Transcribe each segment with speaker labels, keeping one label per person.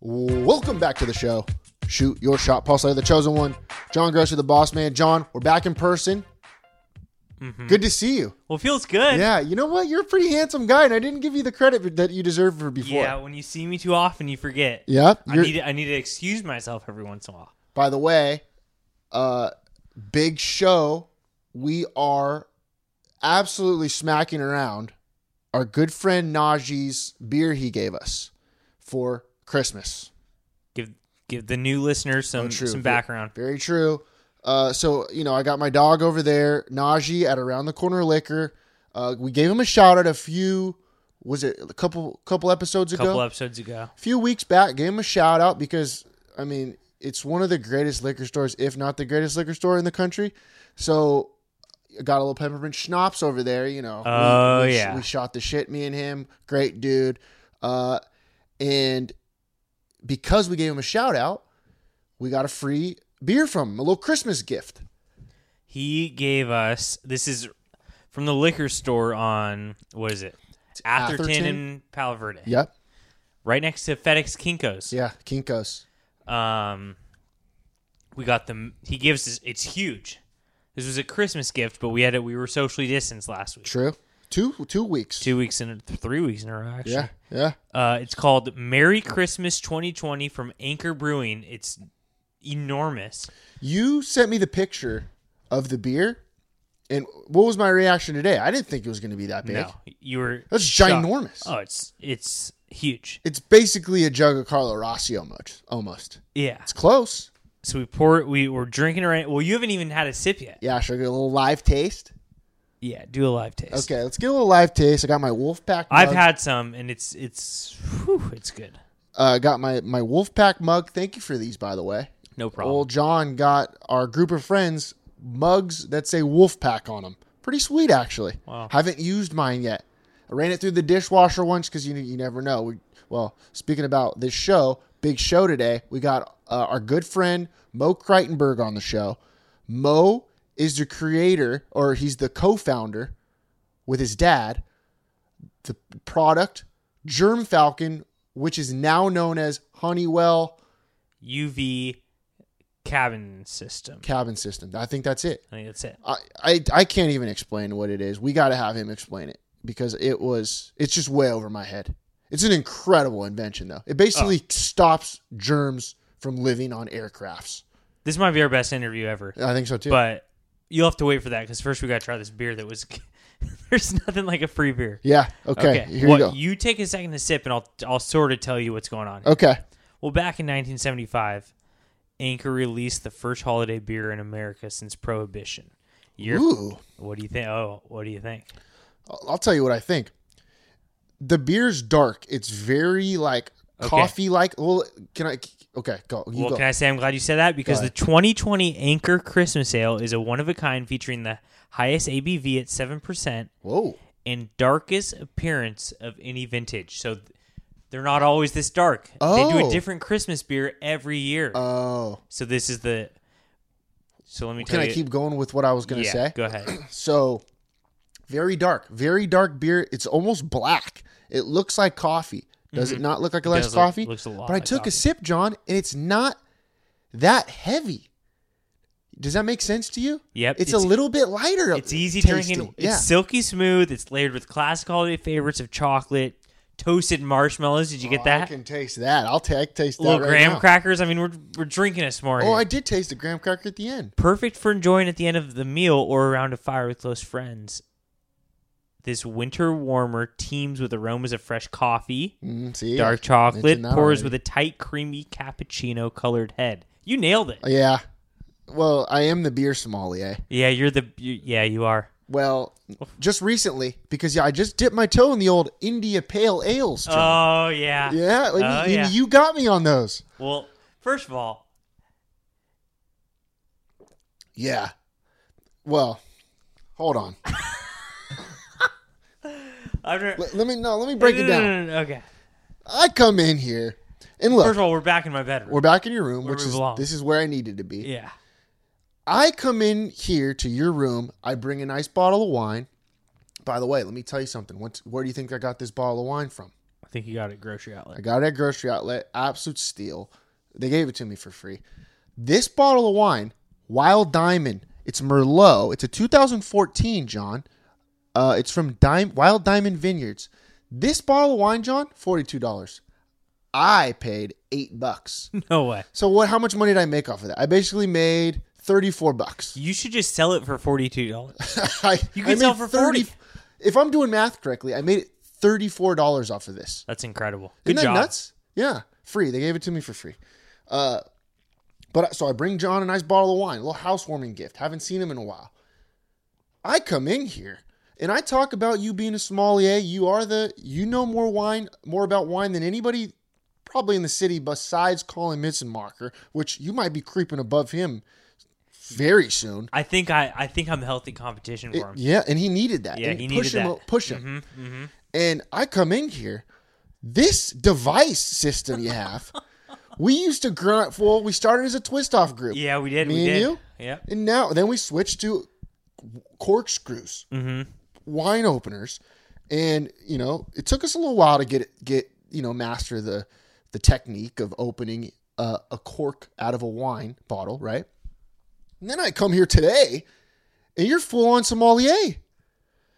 Speaker 1: Welcome back to the show. Shoot Your Shot, Paul Slater, the chosen one, John Grosser, the boss man. John, we're back in person.
Speaker 2: Mm-hmm.
Speaker 1: Good to see you.
Speaker 2: Well, it feels good.
Speaker 1: Yeah, you know what? You're a pretty handsome guy, and I didn't give you the credit that you deserve for before.
Speaker 2: Yeah, when you see me too often, you forget.
Speaker 1: Yeah,
Speaker 2: I
Speaker 1: you're-
Speaker 2: need to, I need to excuse myself every once in a while.
Speaker 1: By the way, uh big show. We are absolutely smacking around our good friend Najee's beer he gave us for Christmas.
Speaker 2: Give give the new listeners some
Speaker 1: Oh, true.
Speaker 2: some background.
Speaker 1: Very true. Uh, so you know, I got my dog over there, Najee, at around the corner liquor. Uh, we gave him a shout out a few, was it a couple couple episodes
Speaker 2: A
Speaker 1: ago?
Speaker 2: couple episodes ago,
Speaker 1: few weeks back, gave him a shout out because I mean it's one of the greatest liquor stores, if not the greatest liquor store in the country. So I got a little peppermint schnapps over there. You know, We-
Speaker 2: Oh,
Speaker 1: we, sh-
Speaker 2: yeah.
Speaker 1: we shot the shit. Me and him, great dude. Uh, and because we gave him a shout out, we got a free beer from him, a little Christmas gift.
Speaker 2: he gave us this is from the liquor store on what is it? Atherton,
Speaker 1: Atherton.
Speaker 2: and Palo Verde.
Speaker 1: Yep,
Speaker 2: Right next to FedEx Kinko's.
Speaker 1: yeah, Kinkos.
Speaker 2: Um, we got them. He gives us. It's huge. This was a Christmas gift, but we had it. We were socially distanced last week.
Speaker 1: True. Two two weeks.
Speaker 2: Two weeks in, three weeks in a row. Actually.
Speaker 1: Yeah, yeah.
Speaker 2: Uh, it's called Merry Christmas 2020 from Anchor Brewing. It's enormous.
Speaker 1: You sent me the picture of the beer, and what was my reaction today? I didn't think it was going to be that big.
Speaker 2: No, you were
Speaker 1: That's
Speaker 2: shocked.
Speaker 1: ginormous.
Speaker 2: Oh, it's it's huge.
Speaker 1: It's basically a jug of Carlo Rossi almost. Almost.
Speaker 2: Yeah.
Speaker 1: It's close.
Speaker 2: So we pour it. We were drinking around. Well, you haven't even had a sip yet.
Speaker 1: Yeah, should I get a little live taste?
Speaker 2: Yeah. Do a live taste.
Speaker 1: Okay, let's get a little live taste. I got my Wolfpack. Mug.
Speaker 2: I've had some, and it's it's whew, it's good.
Speaker 1: Uh, got my my Wolfpack mug. Thank you for these, by the way.
Speaker 2: No problem.
Speaker 1: Old John got our group of friends mugs that say Wolfpack on them. Pretty sweet, actually. Wow. Haven't used mine yet. I ran it through the dishwasher once because you you never know. We, well, speaking about this show, big show today. We got uh, our good friend Mo Kreitenberg on the show. Mo is the creator, or he's the co-founder with his dad, the product Germ Falcon, which is now known as Honeywell
Speaker 2: UV cabin system.
Speaker 1: Cabin System. I think that's it.
Speaker 2: I think that's it.
Speaker 1: I, I I can't even explain what it is. We got to have him explain it because it was it's just way over my head. It's an incredible invention though. It basically
Speaker 2: Oh.
Speaker 1: stops germs from living on aircrafts.
Speaker 2: This might be our best interview ever.
Speaker 1: I think so too.
Speaker 2: But you'll have to wait for that because first we got to try this beer that was. There's nothing like a free beer.
Speaker 1: yeah, okay. Here
Speaker 2: Well,
Speaker 1: you go.
Speaker 2: take a second to sip, and I'll I'll sort of tell you what's going on.
Speaker 1: okay.
Speaker 2: Well, back in 1975, Anchor released the first holiday beer in America since Prohibition. Your,
Speaker 1: Ooh.
Speaker 2: What do you think? Oh, what do you think?
Speaker 1: I'll- I'll tell you what I think. The beer's dark. It's very like coffee like. Well, can I Okay, go. You
Speaker 2: well,
Speaker 1: go.
Speaker 2: can I say I'm glad you said that because the 2020 Anchor Christmas Ale is a one of a kind featuring the highest ABV at seven percent
Speaker 1: Whoa.
Speaker 2: and darkest appearance of any vintage. So. th- they're not always this dark. They do
Speaker 1: Oh.
Speaker 2: a different Christmas beer every year.
Speaker 1: Oh.
Speaker 2: So this is the. So let me
Speaker 1: Can
Speaker 2: tell
Speaker 1: I
Speaker 2: you.
Speaker 1: keep going with what I was going to
Speaker 2: yeah,
Speaker 1: say?
Speaker 2: Go ahead.
Speaker 1: So very dark, very dark beer. It's almost black. It looks like coffee. Does it not look like a
Speaker 2: Mm-hmm. does
Speaker 1: less
Speaker 2: look-
Speaker 1: coffee?
Speaker 2: looks a lot
Speaker 1: but I
Speaker 2: like
Speaker 1: took a
Speaker 2: coffee.
Speaker 1: sip, John, and it's not that heavy. Does that make sense to you?
Speaker 2: Yep,
Speaker 1: It's, a
Speaker 2: it's-
Speaker 1: little bit lighter.
Speaker 2: It's easy
Speaker 1: tasting.
Speaker 2: drinking.
Speaker 1: Yeah.
Speaker 2: It's silky smooth. It's layered with classic holiday favorites of chocolate, toasted marshmallows. Did you get
Speaker 1: Oh, I
Speaker 2: that?
Speaker 1: can taste that. I'll ta- I can taste that
Speaker 2: Little
Speaker 1: right
Speaker 2: graham
Speaker 1: now.
Speaker 2: crackers. I mean, we're we're drinking a s'more.
Speaker 1: Oh,
Speaker 2: here.
Speaker 1: I did taste the graham cracker at the end.
Speaker 2: Perfect for enjoying at the end of the meal or around a fire with close friends. This winter warmer teams with aromas of fresh coffee,
Speaker 1: Mm, see,
Speaker 2: dark
Speaker 1: I
Speaker 2: chocolate,
Speaker 1: mentioned that
Speaker 2: pours
Speaker 1: already.
Speaker 2: with a tight, creamy cappuccino colored head. You nailed it.
Speaker 1: Yeah. Well, I am the beer sommelier.
Speaker 2: Yeah, you're the. You, yeah, you are.
Speaker 1: Well, just recently because yeah, I just dipped my toe in the old India Pale Ales. John.
Speaker 2: Oh yeah.
Speaker 1: yeah, like,
Speaker 2: Oh,
Speaker 1: you,
Speaker 2: yeah.
Speaker 1: you got me on those.
Speaker 2: Well, first of all,
Speaker 1: Yeah. Well, hold on.
Speaker 2: I'm,
Speaker 1: Let, let me no, let me break it
Speaker 2: No, no,
Speaker 1: down.
Speaker 2: no, no, no, Okay.
Speaker 1: I come in here and look.
Speaker 2: First of all, we're back in my bedroom.
Speaker 1: we're back in your room,
Speaker 2: Where
Speaker 1: which
Speaker 2: we
Speaker 1: is
Speaker 2: belong.
Speaker 1: this is where I needed to be.
Speaker 2: yeah.
Speaker 1: I come in here to your room. I bring a nice bottle of wine. By the way, let me tell you something. What, where do you think I got this bottle of wine from?
Speaker 2: I think you got it. Grocery outlet.
Speaker 1: I got it at grocery outlet, absolute steal. They gave it to me for free. This bottle of wine, Wild Diamond. It's Merlot. It's a 2014, John. Uh, it's from Dime, Wild Diamond Vineyards. This bottle of wine, John, forty-two dollars. I paid eight bucks.
Speaker 2: No way.
Speaker 1: so what? How much money did I make off of that? I basically made thirty-four bucks.
Speaker 2: You should just sell it for forty two dollars.
Speaker 1: I,
Speaker 2: You
Speaker 1: I
Speaker 2: can
Speaker 1: made
Speaker 2: sell for 40.
Speaker 1: If I'm doing math correctly, I made thirty-four dollars off of this.
Speaker 2: That's incredible.
Speaker 1: Isn't
Speaker 2: Good
Speaker 1: that
Speaker 2: job.
Speaker 1: nuts? Yeah, free. They gave it to me for free. Uh, but so I bring John a nice bottle of wine, a little housewarming gift. Haven't seen him in a while. I come in here and I talk about you being a sommelier. You are the you know more wine, more about wine than anybody probably in the city besides Colin Mitzenmacher, which you might be creeping above him very soon.
Speaker 2: I think I, I think I'm healthy competition for him.
Speaker 1: Yeah, and he needed that.
Speaker 2: Yeah,
Speaker 1: and
Speaker 2: he
Speaker 1: push
Speaker 2: needed
Speaker 1: him,
Speaker 2: that. Mm-hmm,
Speaker 1: Push him. And I come in here. This device system you have, we used to grunt. Well, we started as a twist off group.
Speaker 2: Yeah, we did.
Speaker 1: Me
Speaker 2: we
Speaker 1: and
Speaker 2: did.
Speaker 1: you?
Speaker 2: Yeah.
Speaker 1: And now, then we switched to corkscrews,
Speaker 2: Mm-hmm.
Speaker 1: wine openers, and you know, it took us a little while to get get you know master the the technique of opening uh, a cork out of a wine bottle, right? And then I come here today, and you're full on sommelier.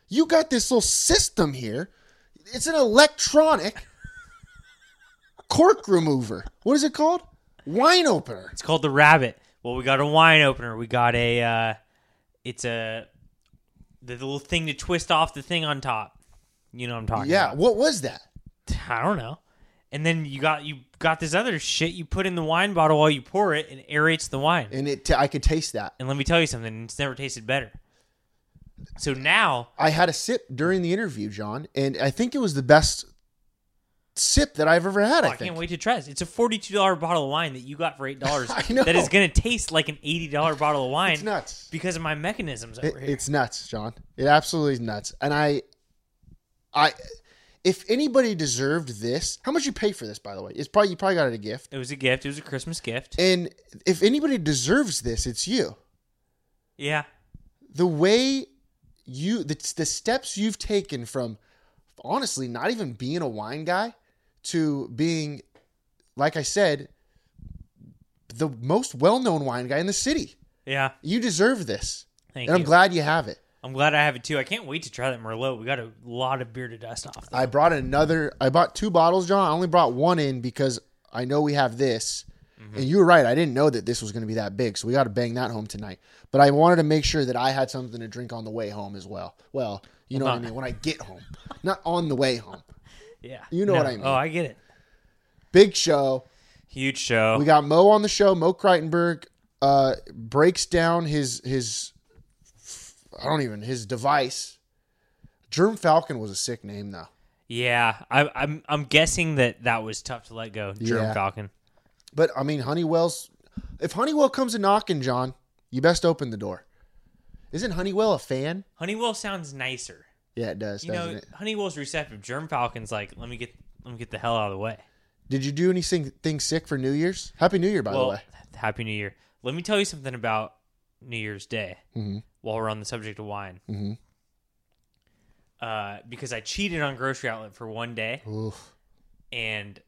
Speaker 1: You got this little system here. It's an electronic cork remover. What is it called? Wine opener.
Speaker 2: It's called the rabbit. Well, we got a wine opener. We got a uh, it's a the little thing to twist off the thing on top. You know what I'm talking
Speaker 1: Yeah.
Speaker 2: about.
Speaker 1: What was that?
Speaker 2: I don't know. And then you got you got this other shit you put in the wine bottle while you pour it and aerates the wine.
Speaker 1: and it t- I could taste that.
Speaker 2: And let me tell you something, it's never tasted better. So now
Speaker 1: I had a sip during the interview, John, and I think it was the best sip that I've ever had.
Speaker 2: oh, I,
Speaker 1: I think.
Speaker 2: can't wait to try this. It's a forty-two dollar bottle of wine that you got for eight dollars.
Speaker 1: I know.
Speaker 2: That is going to taste like an eighty-dollar bottle of wine.
Speaker 1: It's nuts.
Speaker 2: because of my mechanisms
Speaker 1: It-
Speaker 2: over here.
Speaker 1: it's nuts, John. It absolutely is nuts. And I, I, if anybody deserved this, how much you pay for this, by the way? It's probably you probably got it a gift.
Speaker 2: It was a gift. It was a Christmas gift.
Speaker 1: And if anybody deserves this, it's you.
Speaker 2: yeah.
Speaker 1: The way you the, the steps you've taken from honestly not even being a wine guy to being like I said, the most well known wine guy in the city.
Speaker 2: Yeah.
Speaker 1: You deserve this.
Speaker 2: Thank
Speaker 1: and I'm
Speaker 2: you.
Speaker 1: glad you have it.
Speaker 2: I'm glad I have it too. I can't wait to try that Merlot. We got a lot of beer to dust off.
Speaker 1: I brought another I bought two bottles, John. I only brought one in because I know we have this. And you were right, I didn't know that this was gonna be that big, so we gotta bang that home tonight. But I wanted to make sure that I had something to drink on the way home as well. Well, you know what I mean, when I get home. Not on the way home.
Speaker 2: yeah.
Speaker 1: you know what I mean.
Speaker 2: Oh, I get it.
Speaker 1: Big show.
Speaker 2: Huge show.
Speaker 1: We got Mo on the show. Mo Kreitenberg uh, breaks down his his I don't even his device. Germ Falcon was a sick name though.
Speaker 2: yeah. I, I'm I'm guessing that that was tough to let go. Germ
Speaker 1: Yeah.
Speaker 2: Falcon.
Speaker 1: But I mean Honeywell's if Honeywell comes a knocking, John, you best open the door. Isn't Honeywell a fan?
Speaker 2: Honeywell sounds nicer.
Speaker 1: Yeah, it does,
Speaker 2: You
Speaker 1: doesn't
Speaker 2: know,
Speaker 1: it?
Speaker 2: Honeywell's receptive. Germ Falcon's like, let me get let me get the hell out of the way.
Speaker 1: Did you do anything thing sick for New Year's? Happy New Year, by the
Speaker 2: well,
Speaker 1: way.
Speaker 2: happy New Year. Let me tell you something about New Year's Day
Speaker 1: Mm-hmm.
Speaker 2: while we're on the subject of wine. Mm-hmm. Uh, because I cheated on Grocery Outlet for one day,
Speaker 1: Oof.
Speaker 2: and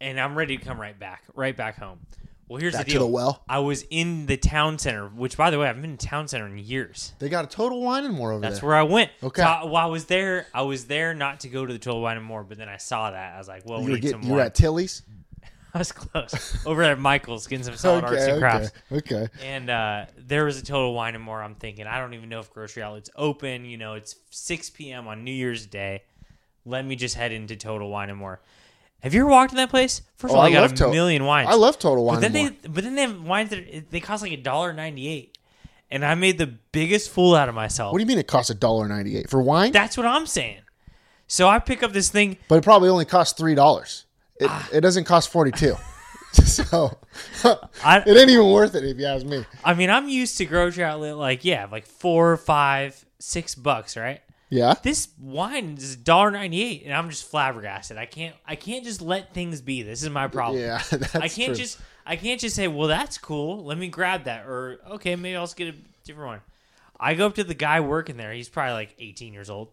Speaker 2: and I'm ready to come right back, right back home. Well, here's
Speaker 1: Back
Speaker 2: the
Speaker 1: to
Speaker 2: deal.
Speaker 1: the well.
Speaker 2: I was in the town center, which, by the way, I haven't been in town center in years.
Speaker 1: They got a total wine and more over
Speaker 2: That's
Speaker 1: there.
Speaker 2: where I went.
Speaker 1: Okay.
Speaker 2: So I- while I was there, I was there not to go to the Total Wine and More, but then I saw that. I was like, well,
Speaker 1: you
Speaker 2: we
Speaker 1: were,
Speaker 2: need
Speaker 1: get-
Speaker 2: some
Speaker 1: you
Speaker 2: wine.
Speaker 1: were at Tilly's.
Speaker 2: I was close. Over at Michael's getting some solid arts and crafts.
Speaker 1: okay, okay.
Speaker 2: And uh, there was a Total Wine and More. I'm thinking, I don't even know if grocery outlet's open. You know, it's 6 p.m. on New Year's Day. Let me just head into Total Wine and More. Have you ever walked in that place? First
Speaker 1: Oh,
Speaker 2: of all,
Speaker 1: I
Speaker 2: they got
Speaker 1: love
Speaker 2: a
Speaker 1: To-
Speaker 2: million wines.
Speaker 1: I love Total Wine.
Speaker 2: But then
Speaker 1: and More.
Speaker 2: they but then they have wines that they cost like a dollar ninety eight, and I made the biggest fool out of myself.
Speaker 1: What do you mean it costs a dollar ninety eight for wine?
Speaker 2: That's what I'm saying. So I pick up this thing.
Speaker 1: but it probably only costs three dollars. It,
Speaker 2: Ah.
Speaker 1: it doesn't cost forty two. so
Speaker 2: I
Speaker 1: it ain't even worth it if you ask me.
Speaker 2: I mean I'm used to grocery outlet like yeah like four five six bucks right.
Speaker 1: Yeah.
Speaker 2: This wine is dollar ninety eight, and I'm just flabbergasted. I can't I can't just let things be. This is my problem.
Speaker 1: Yeah. That's
Speaker 2: Oh. I can't
Speaker 1: true.
Speaker 2: just I can't just say, well, that's cool. Let me grab that, or okay, maybe I'll just get a different one. I go up to the guy working there. He's probably like 18 years old,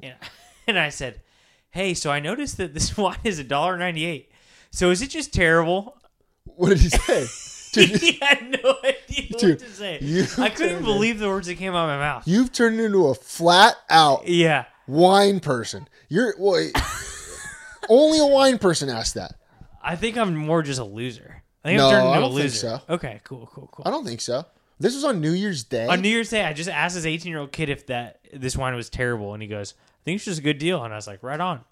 Speaker 2: and and I said, hey, so I noticed that this wine is $1.98. So is it just terrible?
Speaker 1: What did he say? Dude,
Speaker 2: he had no idea
Speaker 1: Dude,
Speaker 2: what to say.
Speaker 1: you
Speaker 2: I couldn't
Speaker 1: turned
Speaker 2: believe the words that came out of my mouth.
Speaker 1: you've turned into a flat out
Speaker 2: Yeah.
Speaker 1: wine person. You're well, only a wine person asked that.
Speaker 2: I think I'm more just a loser. I think
Speaker 1: No,
Speaker 2: I'm turning into
Speaker 1: I
Speaker 2: a
Speaker 1: don't think
Speaker 2: loser.
Speaker 1: so.
Speaker 2: Okay, cool, cool, cool.
Speaker 1: I don't think so. This was on New Year's Day.
Speaker 2: on New Year's Day, I just asked this 18 year old kid if that this wine was terrible, and he goes, "I think it's just a good deal." And I was like, "Right on."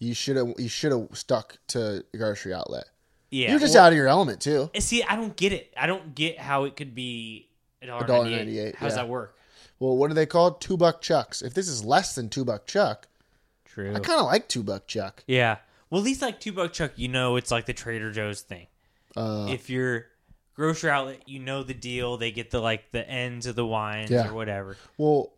Speaker 1: you should have you should have stuck to grocery outlet.
Speaker 2: Yeah,
Speaker 1: You're just
Speaker 2: well, eh,
Speaker 1: out of your element too.
Speaker 2: See, I don't get it. I don't get how it could be a dollar
Speaker 1: dollar
Speaker 2: ninety
Speaker 1: 98,
Speaker 2: eight. How does
Speaker 1: yeah.
Speaker 2: that work?
Speaker 1: Well, what are they called? Two buck chucks. If this is less than two buck chuck,
Speaker 2: True.
Speaker 1: I kind of like two buck chuck.
Speaker 2: yeah. Well, at least like two buck chuck, you know, it's like the Trader Joe's thing.
Speaker 1: Uh.
Speaker 2: if you're grocery outlet, you know the deal. They get the like the ends of the wines
Speaker 1: Yeah.
Speaker 2: or whatever.
Speaker 1: Well,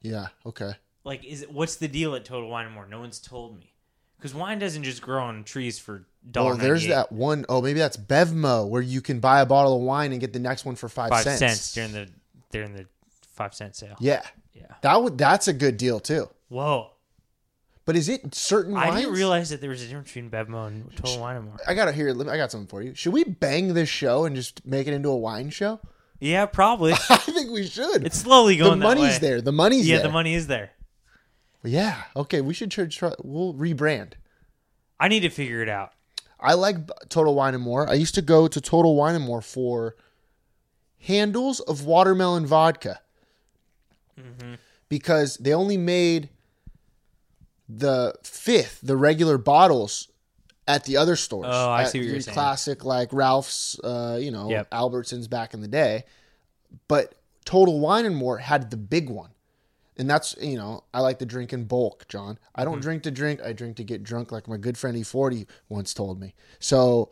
Speaker 1: yeah, okay.
Speaker 2: Like, is it, what's the deal at Total Wine and More? No one's told me because wine doesn't just grow on trees for dollar.
Speaker 1: Well, there's that one oh maybe that's Bevmo where you can buy a bottle of wine and get the next one for five,
Speaker 2: five
Speaker 1: cents.
Speaker 2: cents. during the during the five cent sale.
Speaker 1: yeah,
Speaker 2: Yeah.
Speaker 1: that would that's a good deal too.
Speaker 2: Whoa!
Speaker 1: But is it certain wines?
Speaker 2: I didn't realize that there was a difference between Bevmo and Total Wine and More.
Speaker 1: I got to hear. I got something for you. Should we bang this show and just make it into a wine show?
Speaker 2: Yeah, probably.
Speaker 1: I think we should.
Speaker 2: It's slowly
Speaker 1: the
Speaker 2: going. that
Speaker 1: money's
Speaker 2: way.
Speaker 1: there. The money's
Speaker 2: Yeah,
Speaker 1: there.
Speaker 2: the money is there.
Speaker 1: Yeah. Okay. We should try, try. We'll rebrand.
Speaker 2: I need to figure it out.
Speaker 1: I like B- Total Wine and More. I used to go to Total Wine and More for handles of watermelon vodka
Speaker 2: Mm-hmm.
Speaker 1: because they only made the fifth, the regular bottles at the other stores.
Speaker 2: Oh, I
Speaker 1: At
Speaker 2: see what you're
Speaker 1: your
Speaker 2: saying.
Speaker 1: Classic like Ralph's, uh, you know,
Speaker 2: Yep.
Speaker 1: Albertsons back in the day. But Total Wine and More had the big one. And that's, you know, I like to drink in bulk, John. I
Speaker 2: Mm-hmm.
Speaker 1: don't drink to drink. I drink to get drunk, like my good friend E40 once told me. So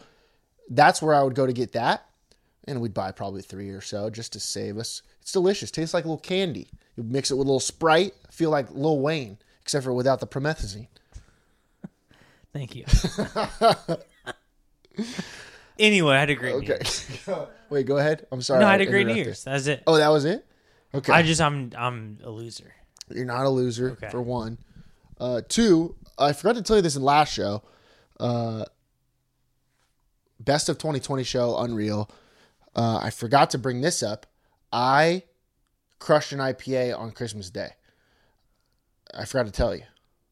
Speaker 1: that's where I would go to get that. And we'd buy probably three or so just to save us. It's delicious. Tastes like a little candy. You mix it with a little Sprite. Feel like Lil Wayne, except for without the promethazine.
Speaker 2: Thank you. anyway, I had a great. New
Speaker 1: Okay.
Speaker 2: Year's.
Speaker 1: Wait, go ahead. I'm sorry.
Speaker 2: No, I had a great New
Speaker 1: interrupted.
Speaker 2: Year's. That's it.
Speaker 1: Oh, that was it? Okay.
Speaker 2: I just I'm I'm a loser.
Speaker 1: You're not a loser, for one. Uh, two, I forgot to tell you this in last show. Uh, best of 2020 show, Unreal. Uh, I forgot to bring this up. I crushed an IPA on Christmas Day. I forgot to tell you.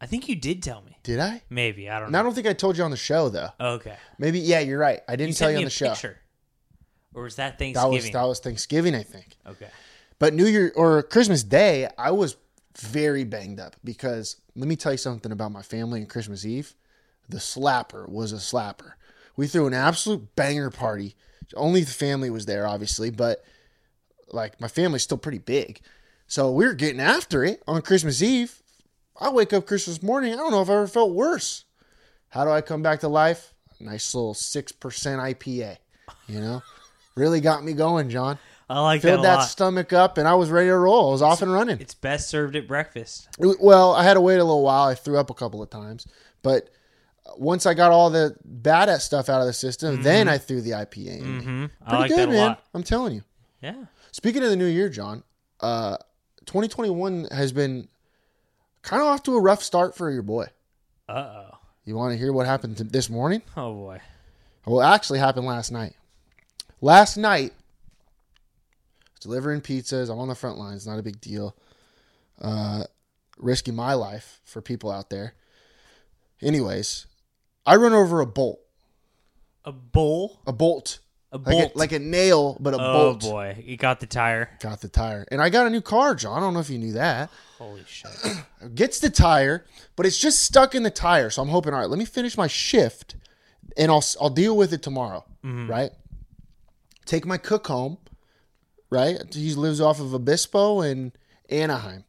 Speaker 2: I think you did tell me.
Speaker 1: Did I?
Speaker 2: Maybe I don't
Speaker 1: No, I
Speaker 2: know.
Speaker 1: don't think I told you on the show though.
Speaker 2: Okay.
Speaker 1: Maybe yeah, you're right. I didn't
Speaker 2: You
Speaker 1: tell
Speaker 2: sent
Speaker 1: you
Speaker 2: me
Speaker 1: on the
Speaker 2: a
Speaker 1: show.
Speaker 2: picture. Or was that
Speaker 1: That
Speaker 2: Thanksgiving?
Speaker 1: was that was Thanksgiving, I think.
Speaker 2: okay.
Speaker 1: But New Year or Christmas Day, I was very banged up because let me tell you something about my family and Christmas Eve. The slapper was a slapper. We threw an absolute banger party. Only the family was there, obviously, but like my family's still pretty big. So we were getting after it on Christmas Eve. I wake up Christmas morning. I don't know if I ever felt worse. How do I come back to life? Nice little 6% IPA, you know? really got me going, John
Speaker 2: I like that a
Speaker 1: filled that,
Speaker 2: lot.
Speaker 1: stomach up and I was ready to roll. I was off and running.
Speaker 2: it's best served at breakfast.
Speaker 1: It was- well, I had to wait a little while. I threw up a couple of times, but once I got all the bad at stuff out of the system, then I threw the IPA in. me.
Speaker 2: I like that a lot.
Speaker 1: I'm telling you.
Speaker 2: Yeah.
Speaker 1: Speaking of the new year, John, uh, 2021 has been kind of off to a rough start for your boy.
Speaker 2: Uh oh.
Speaker 1: You want to hear what happened to this morning?
Speaker 2: Oh boy.
Speaker 1: Well, it actually happened last night. Last night, delivering pizzas. I'm on the front lines. Not a big deal. Uh, risking my life for people out there. Anyways, I run over a bolt.
Speaker 2: A bull?
Speaker 1: A bolt.
Speaker 2: A
Speaker 1: Like,
Speaker 2: bolt.
Speaker 1: A, like a nail, but a
Speaker 2: oh,
Speaker 1: bolt.
Speaker 2: boy. You got the tire.
Speaker 1: Got the tire. And I got a new car, John. I don't know if you knew that.
Speaker 2: Holy shit.
Speaker 1: Gets the tire, but it's just stuck in the tire. So I'm hoping, all right, let me finish my shift and I'll, I'll deal with it tomorrow.
Speaker 2: Mm-hmm.
Speaker 1: Right? Take my cook home. Right? He lives off of Obispo and Anaheim.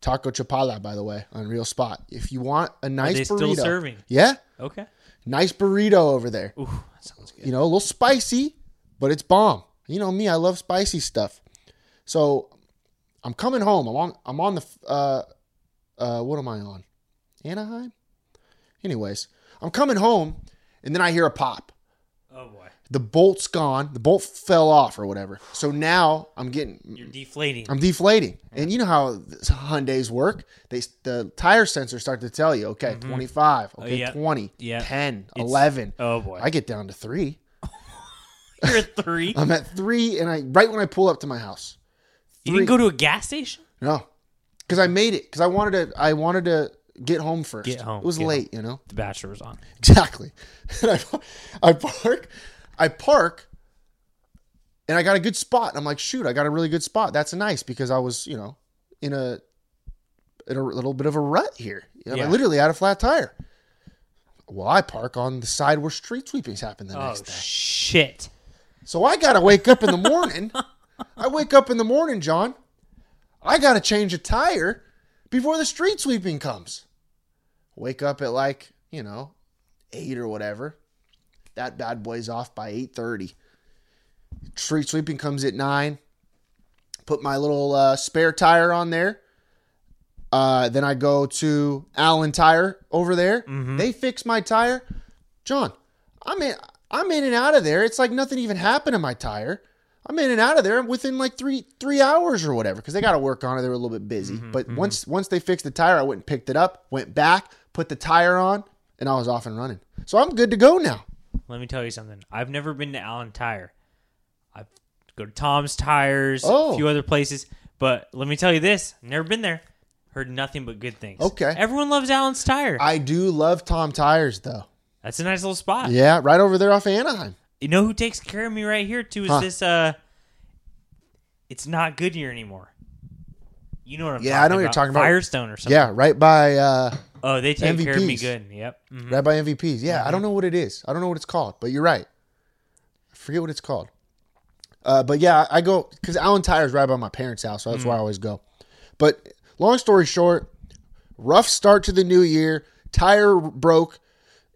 Speaker 1: Taco Chapala, by the way, unreal spot. If you want a nice
Speaker 2: they still
Speaker 1: burrito,
Speaker 2: serving?
Speaker 1: yeah,
Speaker 2: Okay.
Speaker 1: nice burrito over there.
Speaker 2: That sounds good.
Speaker 1: You know, a little spicy, but it's bomb. You know me, I love spicy stuff. So I'm coming home. I'm on. I'm on the. Uh, uh, what am I on? Anaheim. Anyways, I'm coming home, and then I hear a pop.
Speaker 2: Oh, boy.
Speaker 1: The bolt's gone. The bolt fell off or whatever. So now I'm getting.
Speaker 2: You're deflating.
Speaker 1: I'm deflating, and you know how th- Hyundai's work. They s- the tire sensors start to tell you, okay, 25, okay,
Speaker 2: Mm-hmm. Oh, yeah.
Speaker 1: 20,
Speaker 2: Yeah.
Speaker 1: 10,
Speaker 2: It's-
Speaker 1: 11.
Speaker 2: oh, boy.
Speaker 1: I get down to three.
Speaker 2: You're at three.
Speaker 1: I'm at three, and I right when I pull up to my house.
Speaker 2: you didn't go to a gas station?
Speaker 1: No, because I made it because I wanted to. I wanted to get home first.
Speaker 2: Get home,
Speaker 1: It was
Speaker 2: get
Speaker 1: late, you know.
Speaker 2: The Bachelor was on.
Speaker 1: Exactly. And I, I park, I park, and I got a good spot. And I'm like, shoot, I got a really good spot. That's nice because I was, you know, in a in a little bit of a rut here. You know, I
Speaker 2: Yeah.
Speaker 1: literally had a flat tire. Well, I park on the side where street sweepings happen the
Speaker 2: Oh,
Speaker 1: next day.
Speaker 2: shit.
Speaker 1: So I gotta wake up in the morning. I wake up in the morning, John. I gotta change a tire before the street sweeping comes. Wake up at like, you know, eight or whatever. That bad boy's off by eight thirty. Street sweeping comes at nine. Put my little uh, spare tire on there. Uh, then I go to Allen Tire over there. They fix my tire. John, I'm in I'm in and out of there. It's like nothing even happened to my tire. I'm in and out of there within like three three hours or whatever because they got to work on it. They were a little bit busy, but once once they fixed the tire, I went and picked it up, went back, put the tire on, and I was off and running. So I'm good to go now.
Speaker 2: Let me tell you something. I've never been to Allen Tire. I've go to Tom's Tires,
Speaker 1: Oh.
Speaker 2: a few other places, but let me tell you this: never been there. Heard nothing but good things.
Speaker 1: Okay.
Speaker 2: Everyone loves Allen's Tire.
Speaker 1: I do love Tom Tires though.
Speaker 2: That's a nice little spot.
Speaker 1: Yeah, right over there off Anaheim.
Speaker 2: You know who takes care of me right here too is
Speaker 1: Huh.
Speaker 2: this uh it's not Goodyear anymore. You know what I'm
Speaker 1: Yeah,
Speaker 2: talking
Speaker 1: I know what you're
Speaker 2: about.
Speaker 1: talking about.
Speaker 2: Firestone or something.
Speaker 1: Yeah, right by uh,
Speaker 2: Oh, they take care of me
Speaker 1: MVPs.
Speaker 2: good. Yep. Mhm.
Speaker 1: right by MVPs. Yeah, I don't know what it is. I don't know what it's called, but you're right. I forget what it's called. Uh, but yeah, I go because Allen Tire is right by my parents' house, so that's where I always go. But long story short, rough start to the new year. Tire broke.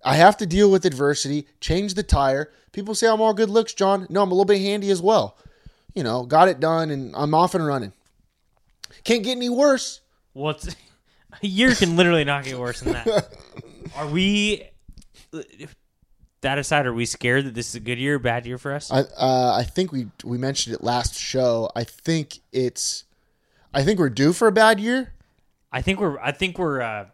Speaker 1: I have to deal with adversity. Change the tire. People say I'm all good looks, John. No, I'm a little bit handy as well. You know, got it done, and I'm off and running. Can't get any worse.
Speaker 2: Well, it's, a year can literally not get worse than that. Are we? That aside, are we scared that this is a good year, or bad year for us?
Speaker 1: I uh, I think we we mentioned it last show. I think it's I think we're due for a bad year.
Speaker 2: I think we're. I think we're. uh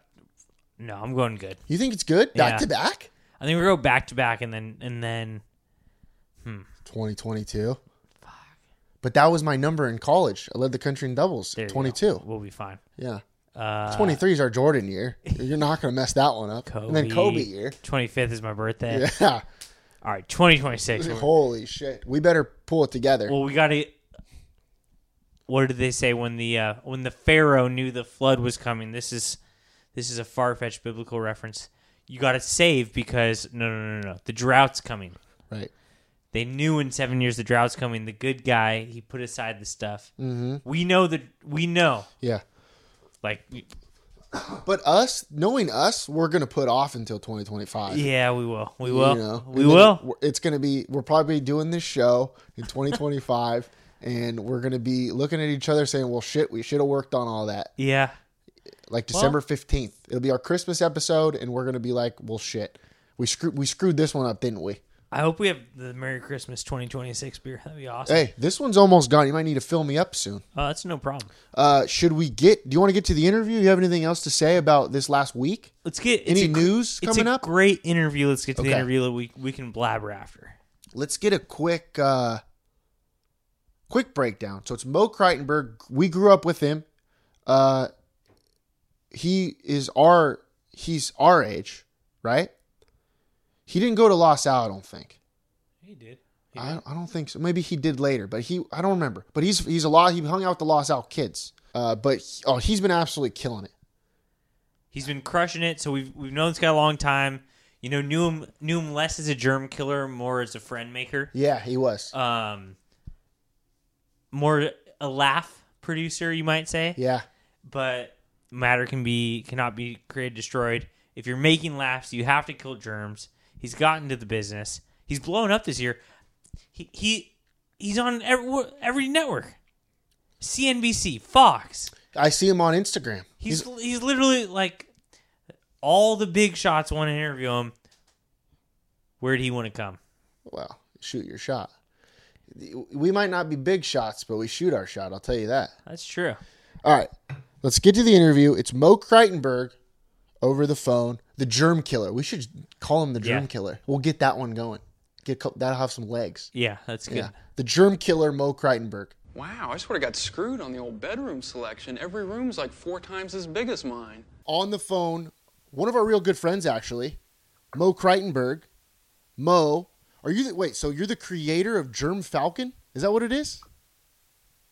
Speaker 2: No, I'm going good.
Speaker 1: You think it's good back
Speaker 2: Yeah.
Speaker 1: to back?
Speaker 2: I think we go back to back, and then and then
Speaker 1: 2022. But that was my number in college. I led the country in doubles.
Speaker 2: there you go. Uh,
Speaker 1: 22.
Speaker 2: We'll be fine.
Speaker 1: Yeah. 23 is our Jordan year. You're not going to mess that one up.
Speaker 2: Kobe,
Speaker 1: And then Kobe year.
Speaker 2: 25th is my birthday.
Speaker 1: Yeah.
Speaker 2: All right, 2026.
Speaker 1: Holy shit. We better pull it together.
Speaker 2: Well, we got to. What did they say when the uh, when the Pharaoh knew the flood was coming? This is this is a far fetched biblical reference. You got to save because no, no, no, no, no. The drought's coming.
Speaker 1: right.
Speaker 2: They knew in seven years the drought's coming. The good guy he put aside the stuff. Mm-hmm. We know that we know.
Speaker 1: Yeah.
Speaker 2: Like
Speaker 1: But us, knowing us, we're going to put off until 2025.
Speaker 2: yeah, we will. We will.
Speaker 1: you know,
Speaker 2: we
Speaker 1: And then
Speaker 2: will.
Speaker 1: we're- It's going to be. We're probably doing this show in 2025, and we're going to be looking at each other saying, "Well, shit, we should have worked on all that."
Speaker 2: Yeah.
Speaker 1: Like December 15th, it'll be our Christmas episode, and we're going to be like, "Well, shit, we screwed. We screwed this one up, didn't we?"
Speaker 2: I hope we have the Merry Christmas 2026 beer. That'd be awesome.
Speaker 1: Hey, this one's almost gone. You might need to fill me up soon.
Speaker 2: Oh, that's no problem.
Speaker 1: Uh, should we get? Do you want to get to the interview? You have anything else to say about this last week?
Speaker 2: Let's get it's
Speaker 1: Any
Speaker 2: a gr-
Speaker 1: news
Speaker 2: it's
Speaker 1: coming
Speaker 2: a
Speaker 1: up?
Speaker 2: Great interview. Let's get to
Speaker 1: Okay.
Speaker 2: the interview. We we can blabber after.
Speaker 1: Let's get a quick, uh, quick breakdown. So it's Mo Kreitenberg. We grew up with him. Uh, he is our he's our age, right? He didn't go to Los Al, I don't think.
Speaker 2: He did.
Speaker 1: I, I don't think so. Maybe he did later, but he I don't remember. But he's he's a lot. He hung out with the Los Al kids. Uh, but he- oh, he's been absolutely killing it.
Speaker 2: He's been crushing it. So we've we've known this guy a long time. You know, knew him knew him less as a germ killer, more as a friend maker.
Speaker 1: Yeah, he was.
Speaker 2: Um, more a laugh producer, you might say.
Speaker 1: yeah,
Speaker 2: But matter can be cannot be created destroyed. If you're making laughs, you have to kill germs. He's gotten to the business. He's blown up this year. He he he's on every, every network. CNBC, Fox.
Speaker 1: I see him on Instagram.
Speaker 2: He's he's literally like all the big shots want to interview him. Where would he want to come?
Speaker 1: well, shoot your shot. We might not be big shots, but we shoot our shot. I'll tell you that.
Speaker 2: That's true.
Speaker 1: All right, let's get to the interview. It's Mo Kreitenberg over the phone, the germ killer. We should call him the germ
Speaker 2: Yeah.
Speaker 1: killer. We'll get that one going. Get co- that'll have some legs.
Speaker 2: Yeah, that's good.
Speaker 1: Yeah, the germ killer, Mo Kreitenberg.
Speaker 3: Wow, I sort of got screwed on the old bedroom selection. Every room's like four times as big as mine.
Speaker 1: on the phone, one of our real good friends actually, Mo Kreitenberg. Mo, are you the wait? So you're the creator of Germ Falcon? Is that what it is?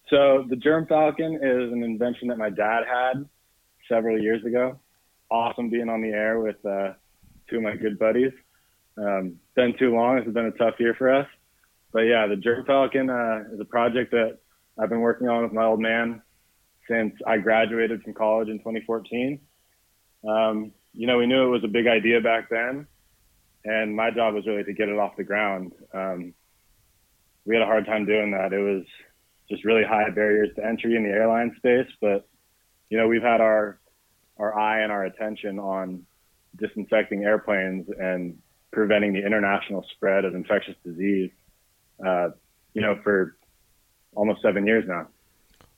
Speaker 4: So the Germ Falcon is an invention that my dad had several years ago. Awesome being on the air with uh, two of my good buddies. Um, been too long. This has been a tough year for us. But yeah, the Germ Falcon uh, is a project that I've been working on with my old man since I graduated from college in 2014. Um, you know, we knew it was a big idea back then, and my job was really to get it off the ground. Um, we had a hard time doing that. It was just really high barriers to entry in the airline space. But you know, we've had our our eye and our attention on disinfecting airplanes and preventing the international spread of infectious disease. Uh, you know, for almost seven years now.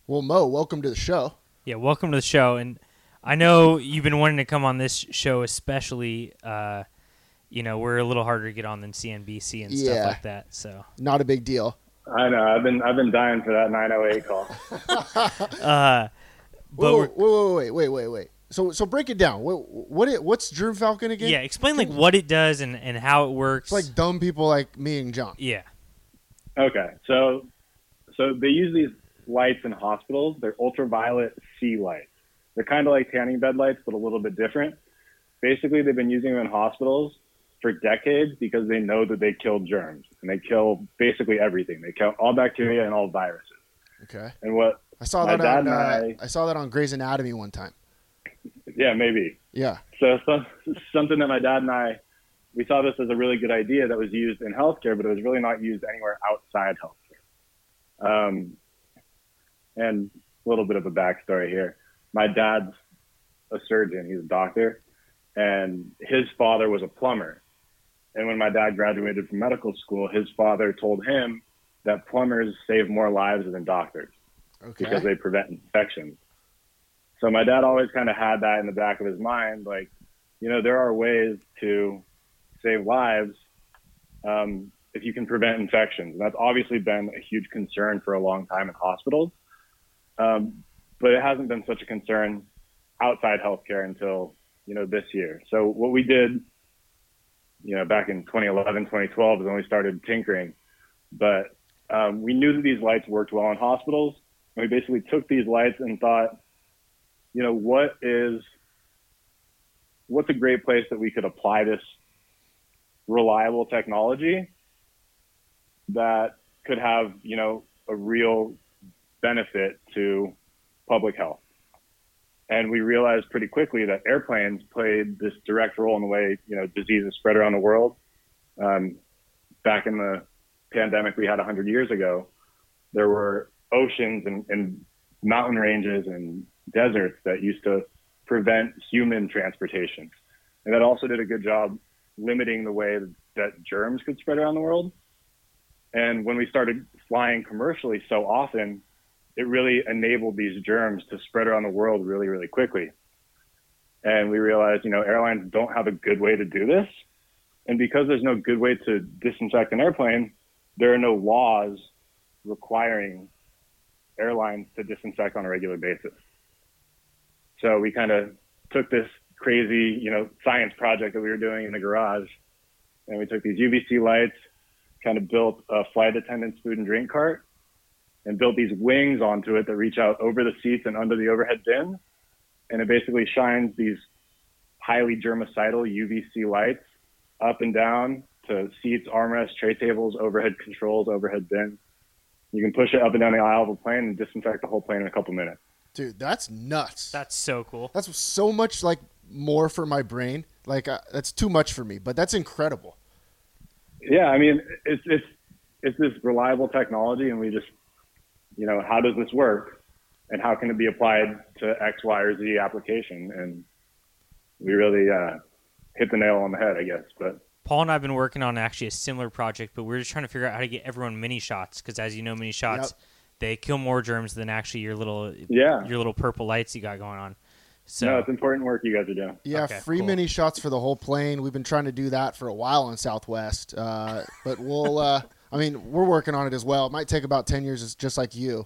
Speaker 1: Well, Mo, welcome to the show.
Speaker 2: Yeah, welcome to the show. And I know you've been wanting to come on this show, especially. Uh, you know, we're a little harder to get on than CNBC and
Speaker 1: Yeah.
Speaker 2: stuff like that. So
Speaker 1: Not a big deal.
Speaker 4: I know. I've been I've been dying for that 908 call.
Speaker 2: uh, But
Speaker 1: whoa,
Speaker 2: we're-
Speaker 1: whoa, whoa, wait, wait, wait, wait. So, so break it down. What, what, it, what's Germ Falcon again?
Speaker 2: yeah, explain like what it does and and how it works.
Speaker 1: it's like dumb people like me and John.
Speaker 2: yeah,
Speaker 4: Okay, so so they use these lights in hospitals. They're ultraviolet C lights. They're kind of like tanning bed lights, but a little bit different. Basically, they've been using them in hospitals for decades because they know that they kill germs and they kill basically everything. They kill all bacteria and all viruses.
Speaker 1: Okay,
Speaker 4: And what?
Speaker 1: I saw
Speaker 4: My
Speaker 1: that
Speaker 4: dad
Speaker 1: on.
Speaker 4: and
Speaker 1: Uh,
Speaker 4: I-
Speaker 1: I saw that on Grey's Anatomy one time.
Speaker 4: Yeah, maybe.
Speaker 1: Yeah,
Speaker 4: So, so something that my dad and I we saw this as a really good idea that was used in healthcare, but it was really not used anywhere outside healthcare. Um, and a little bit of a backstory here. My dad's a surgeon; he's a doctor, and his father was a plumber. And when my dad graduated from medical school, his father told him that plumbers save more lives than doctors because
Speaker 1: okay.
Speaker 4: they prevent infections. So my dad always kind of had that in the back of his mind, like, you know, there are ways to save lives um, if you can prevent infections. And that's obviously been a huge concern for a long time in hospitals, um, but it hasn't been such a concern outside healthcare until you know this year. So what we did, you know, back in 2011, 2012 is when we started tinkering, but um, we knew that these lights worked well in hospitals. And we basically took these lights and thought, you know, what is what's a great place that we could apply this reliable technology that could have, you know, a real benefit to public health. And we realized pretty quickly that airplanes played this direct role in the way, you know, disease is spread around the world. Um, back in the pandemic we had 100 years ago, there were oceans and, and mountain ranges and deserts that used to prevent human transportation. And that also did a good job limiting the way that germs could spread around the world. And when we started flying commercially so often, it really enabled these germs to spread around the world really, really quickly. And we realized, you know, airlines don't have a good way to do this. And because there's no good way to disinfect an airplane, there are no laws requiring airlines to disinfect on a regular basis. So we kind of took this crazy, you know, science project that we were doing in the garage, and we took these UVC lights, kind of built a flight attendant's food and drink cart, and built these wings onto it that reach out over the seats and under the overhead bin, and it basically shines these highly germicidal UVC lights up and down to seats, armrests, tray tables, overhead controls, overhead bins. You can push it up and down the aisle of a plane and disinfect the whole plane in a couple minutes.
Speaker 1: Dude, that's nuts.
Speaker 2: That's so cool.
Speaker 1: that's so much like more for my brain. Like uh, that's too much for me, but that's incredible.
Speaker 4: yeah, I mean, it's it's it's this reliable technology, and we just, you know, how does this work, and how can it be applied to X, Y, or Z application? And we really uh, hit the nail on the head, I guess. But
Speaker 2: Paul and I have been working on actually a similar project, but we're just trying to figure out how to get everyone mini shots because, as you know, mini shots they kill more germs than actually your little
Speaker 4: Yeah.
Speaker 2: your little purple lights you got going on. So
Speaker 4: no, it's important work you guys are doing.
Speaker 1: Yeah,
Speaker 2: Okay,
Speaker 1: free
Speaker 2: cool.
Speaker 1: mini shots for the whole plane. We've been trying to do that for a while on Southwest, uh, but we'll. Uh, I mean, we're working on it as well. It might take about ten years, it's just like you.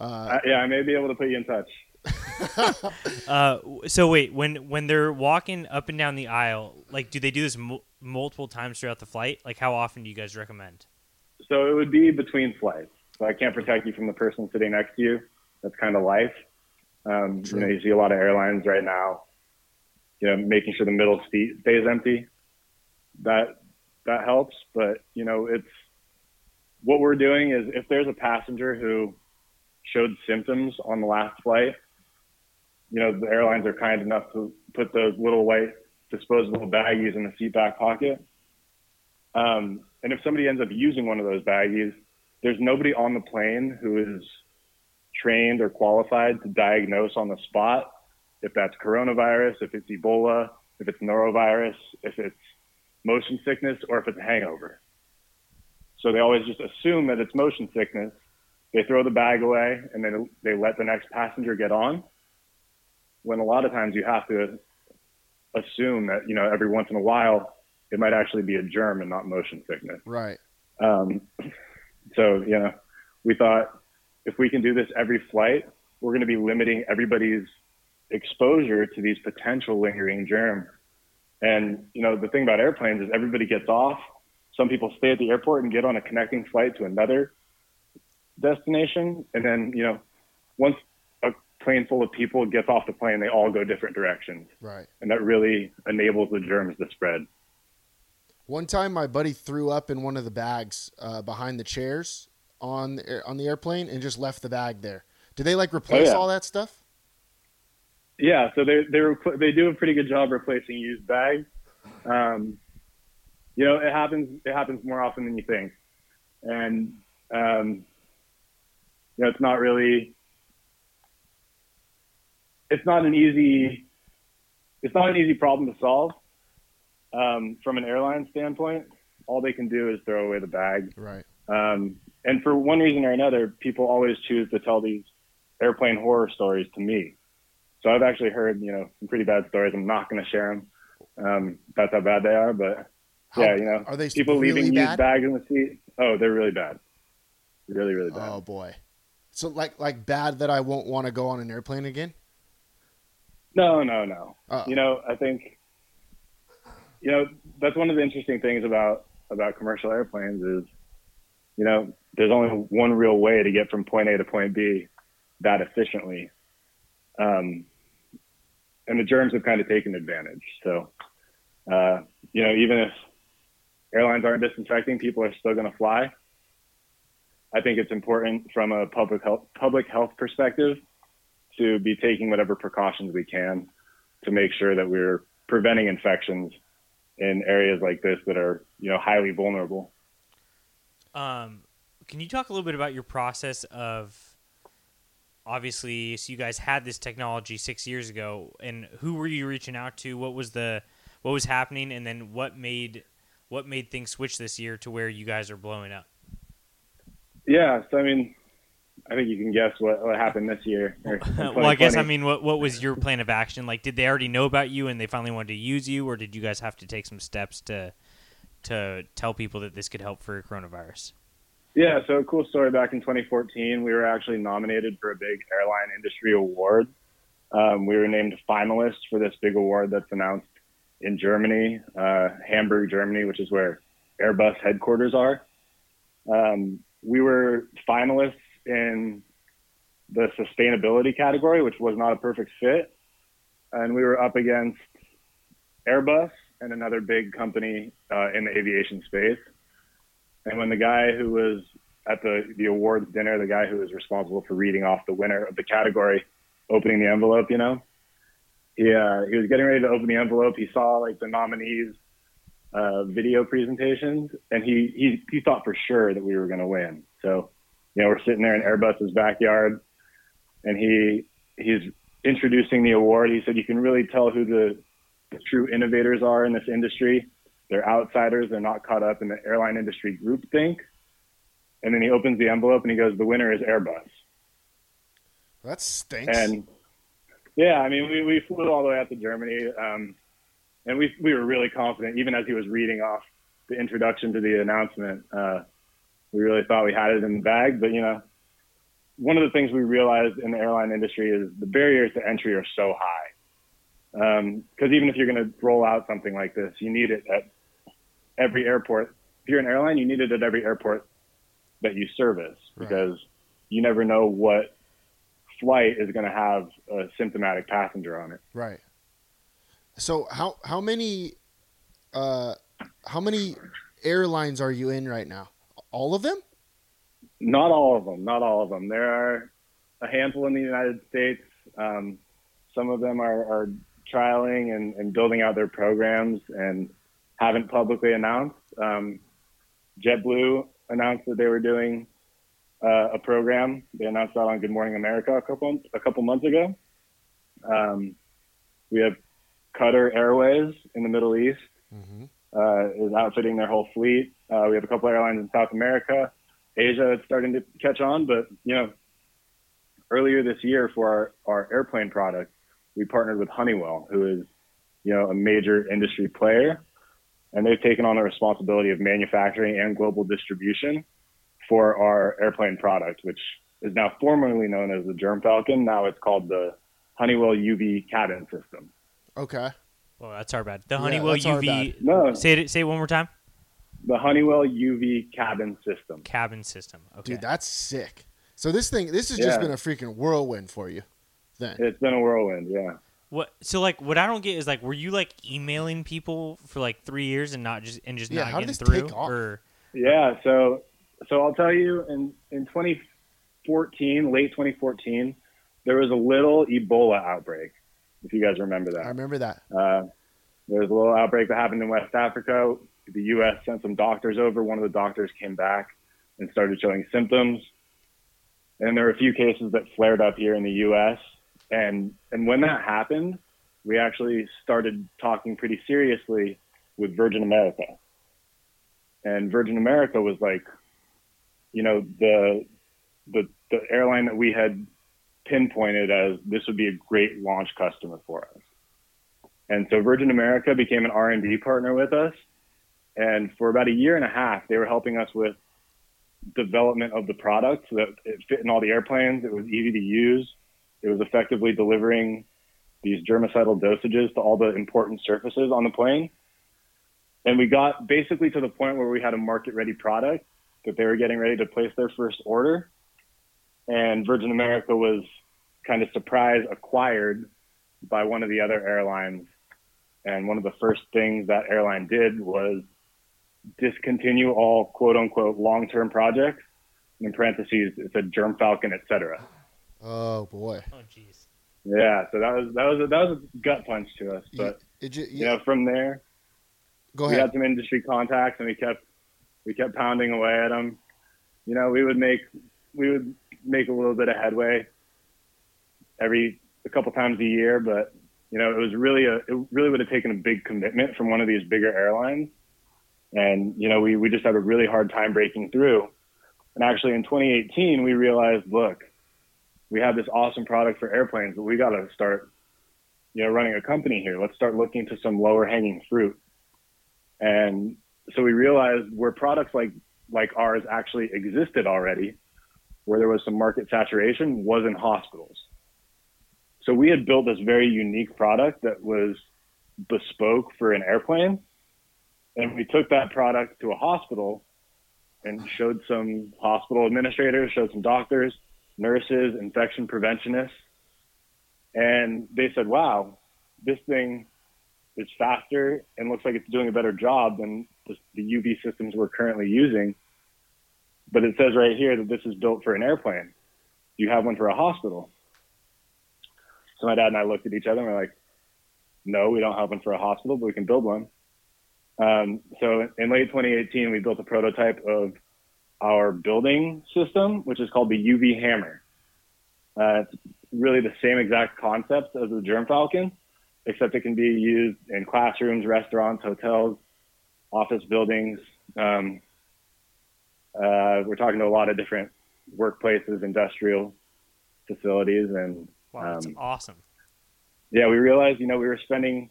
Speaker 4: I, yeah, I may be able to put you in touch.
Speaker 2: Uh, w- so wait, when when they're walking up and down the aisle, like do they do this mul multiple times throughout the flight? Like how often do you guys recommend?
Speaker 4: So it would be between flights. So I can't protect you from the person sitting next to you. That's kind of life. Um, you know, you see a lot of airlines right now, you know, making sure the middle seat stays empty. That that helps, but you know, it's what we're doing is if there's a passenger who showed symptoms on the last flight, you know, the airlines are kind enough to put those little white disposable baggies in the seat back pocket. Um, and if somebody ends up using one of those baggies, there's nobody on the plane who is trained or qualified to diagnose on the spot if that's coronavirus, if it's Ebola, if it's norovirus, if it's motion sickness, or if it's a hangover. So they always just assume that it's motion sickness. They throw the bag away and then they let the next passenger get on. When a lot of times you have to assume that, you know, every once in a while it might actually be a germ and not motion sickness.
Speaker 1: Right.
Speaker 4: Um, so, you know, we thought if we can do this every flight, we're going to be limiting everybody's exposure to these potential lingering germs. And, you know, the thing about airplanes is everybody gets off. Some people stay at the airport and get on a connecting flight to another destination. And then, you know, once a plane full of people gets off the plane, they all go different directions.
Speaker 1: Right.
Speaker 4: And that really enables the germs to spread.
Speaker 1: One time, my buddy threw up in one of the bags uh, behind the chairs on the, air- on the airplane and just left the bag there. Do they like replace
Speaker 4: Oh, yeah.
Speaker 1: all that stuff?
Speaker 4: Yeah, so they they repl- they do a pretty good job replacing used bags. Um, you know, it happens it happens more often than you think, and um, you know, it's not really it's not an easy it's not an easy problem to solve um, from an airline standpoint. All they can do is throw away the bag.
Speaker 1: Right.
Speaker 4: Um, and for one reason or another, people always choose to tell these airplane horror stories to me. So I've actually heard, you know, some pretty bad stories. I'm not going to share them. Um, that's how bad they are. But
Speaker 1: How-
Speaker 4: yeah, you know,
Speaker 1: are they
Speaker 4: people
Speaker 1: really
Speaker 4: leaving
Speaker 1: bad?
Speaker 4: used bags in the seat? Oh, they're really bad. Really, really bad.
Speaker 1: Oh boy. So like like bad that I won't want to go on an airplane again. Uh,
Speaker 4: No, no, no.
Speaker 1: Uh-oh.
Speaker 4: You know, I think you know that's one of the interesting things about about commercial airplanes is you know there's only one real way to get from point A to point B that efficiently, um, and the germs have kind of taken advantage. So uh, you know, even if airlines aren't disinfecting, people are still going to fly. I think it's important from a public health public health perspective to be taking whatever precautions we can to make sure that we're preventing infections in areas like this that are, you know, highly vulnerable.
Speaker 2: Um, can you talk a little bit about your process of obviously? So you guys had this technology six years ago, and who were you reaching out to? What was the what was happening, and then what made what made things switch this year to where you guys are blowing up?
Speaker 4: Yeah, so I mean, I think you can guess what, what happened this year. or in
Speaker 2: well, I guess
Speaker 4: 2020.
Speaker 2: I mean, what what was your plan of action? Like, did they already know about you and they finally wanted to use you, or did you guys have to take some steps to to tell people that this could help for coronavirus?
Speaker 4: Yeah, so a cool story back in 2014, we were actually nominated for a big airline industry award. Um, we were named finalists for this big award that's announced in Germany, uh, Hamburg, Germany, which is where Airbus headquarters are. Um, we were finalists in the sustainability category, which was not a perfect fit. And we were up against Airbus and another big company uh, in the aviation space. And when the guy who was at the, the awards dinner, the guy who was responsible for reading off the winner of the category, opening the envelope, you know, he, uh, he was getting ready to open the envelope. He saw like the nominees' uh, video presentations, and he, he, he thought for sure that we were going to win. So, you know, we're sitting there in Airbus's backyard, and he he's introducing the award. He said, "You can really tell who the, the true innovators are in this industry." they're outsiders. They're not caught up in the airline industry groupthink. And then he opens the envelope and he goes, "The winner is Airbus."
Speaker 1: That stinks.
Speaker 4: And yeah, I mean, we, we flew all the way out to Germany, um, and we we were really confident. Even as he was reading off the introduction to the announcement, uh, we really thought we had it in the bag. But you know, one of the things we realized in the airline industry is the barriers to entry are so high. Because even if you're going to roll out something like this, you need it at every airport. If you're an airline, you need it at every airport that you service because you never know what flight is going to have a symptomatic passenger on it.
Speaker 1: Right. So how how many uh how many airlines are you in right now? All of them?
Speaker 4: Not all of them. Not all of them. There are a handful in the United States. Um, some of them are, are trialing and, and building out their programs and haven't publicly announced. Um, JetBlue announced that they were doing uh, a program. They announced that on Good Morning America a couple a couple months ago. Um, we have Qatar Airways in the Middle East uh, is outfitting their whole fleet. Uh, we have a couple airlines in South America. Asia is starting to catch on, but you know, earlier this year for our, our airplane product, we partnered with Honeywell, who is you know a major industry player, and they've taken on the responsibility of manufacturing and global distribution for our airplane product, which is now formerly known as the Germ Falcon. Now it's called the Honeywell UV cabin system.
Speaker 1: Okay.
Speaker 2: Well, that's our bad. The Honeywell
Speaker 1: that's our
Speaker 2: UV.
Speaker 4: No,
Speaker 2: Say it. Say it one more time.
Speaker 4: the Honeywell UV cabin system.
Speaker 2: Cabin system. Okay.
Speaker 1: Dude, that's sick. So this thing this has just
Speaker 4: Yeah.
Speaker 1: been a freaking whirlwind for you. Then.
Speaker 4: It's been a whirlwind, yeah.
Speaker 2: What? So like, what I don't get is like, were you like emailing people for like three years and not just and just
Speaker 1: Yeah,
Speaker 2: not
Speaker 1: how did
Speaker 2: getting
Speaker 1: this
Speaker 2: through?
Speaker 1: take off?
Speaker 2: Or
Speaker 4: Yeah, so so I'll tell you in in 2014, late 2014, there was a little Ebola outbreak. If you guys remember
Speaker 1: I
Speaker 4: that.
Speaker 1: remember that.
Speaker 4: Uh, there was a little outbreak that happened in West Africa. The U.S. sent some doctors over. One of the doctors came back and started showing symptoms. And there were a few cases that flared up here in the U.S. And and when that happened, we actually started talking pretty seriously with Virgin America. And Virgin America was like, you know, the the, the airline that we had pinpointed as this would be a great launch customer for us. And so Virgin America became an R&D partner with us. And for about a year and a half, they were helping us with development of the product so that it fit in all the airplanes. It was easy to use. It was effectively delivering these germicidal dosages to all the important surfaces on the plane. And we got basically to the point where we had a market ready product that they were getting ready to place their first order. And Virgin America was kind of surprise acquired by one of the other airlines. And one of the first things that airline did was discontinue all quote unquote long term projects. And in parentheses, it said Germ Falcon, et cetera.
Speaker 1: Oh boy.
Speaker 2: oh jeez.
Speaker 4: Yeah, so that was that was a, that was a gut punch to us.
Speaker 1: You-
Speaker 4: But
Speaker 1: did you,
Speaker 4: you know, from there
Speaker 1: go
Speaker 4: we
Speaker 1: ahead.
Speaker 4: had some industry contacts, and we kept we kept pounding away at them. You know, we would make we would make a little bit of headway every a couple times a year, but you know, it was really a it really would have taken a big commitment from one of these bigger airlines And, you know, we, we just had a really hard time breaking through. And actually in 2018, we realized, look, we have this awesome product for airplanes, but we got to start, you know, running a company here. Let's start looking to some lower hanging fruit. And so we realized where products like, like ours actually existed already, where there was some market saturation was in hospitals. So we had built this very unique product that was bespoke for an airplane. And we took that product to a hospital and showed some hospital administrators, showed some doctors, nurses, infection preventionists. And they said, wow, this thing is faster and looks like it's doing a better job than the the UV systems we're currently using. But it says right here that this is built for an airplane. Do you have one for a hospital? So my dad and I looked at each other and we're like, no, we don't have one for a hospital, but we can build one. Um, so in late 2018, we built a prototype of our building system, which is called the UV Hammer. Uh, it's really the same exact concept as the Germ Falcon, except it can be used in classrooms, restaurants, hotels, office buildings. Um, uh, we're talking to a lot of different workplaces, industrial facilities, and
Speaker 2: Wow, that's
Speaker 4: um,
Speaker 2: awesome.
Speaker 4: yeah, we realized, you know, we were spending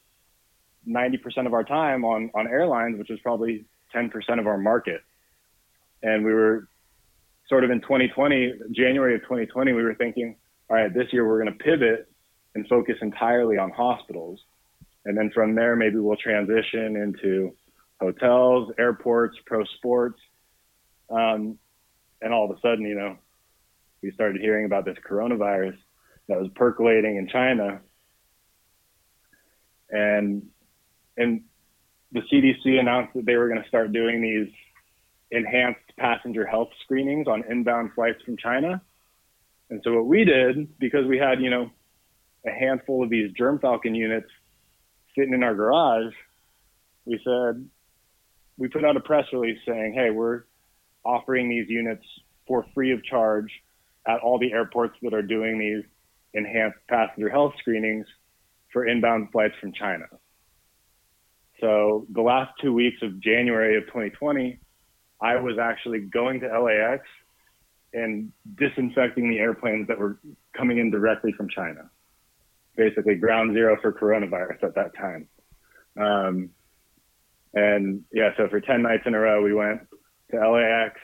Speaker 4: 90% of our time on, on airlines, which was probably 10% of our market. And we were sort of in 2020, January of 2020, we were thinking, all right, this year we're going to pivot and focus entirely on hospitals. And then from there, maybe we'll transition into hotels, airports, pro sports. Um, and all of a sudden, you know, we started hearing about this coronavirus that was percolating in China and and the CDC announced that they were going to start doing these enhanced passenger health screenings on inbound flights from China. And so what we did because we had, you know, a handful of these germ falcon units sitting in our garage, we said we put out a press release saying, "Hey, we're offering these units for free of charge at all the airports that are doing these enhanced passenger health screenings for inbound flights from China. So the last two weeks of January of 2020, I was actually going to LAX and disinfecting the airplanes that were coming in directly from China. Basically, ground zero for coronavirus at that time. Um, and yeah, so for 10 nights in a row, we went to LAX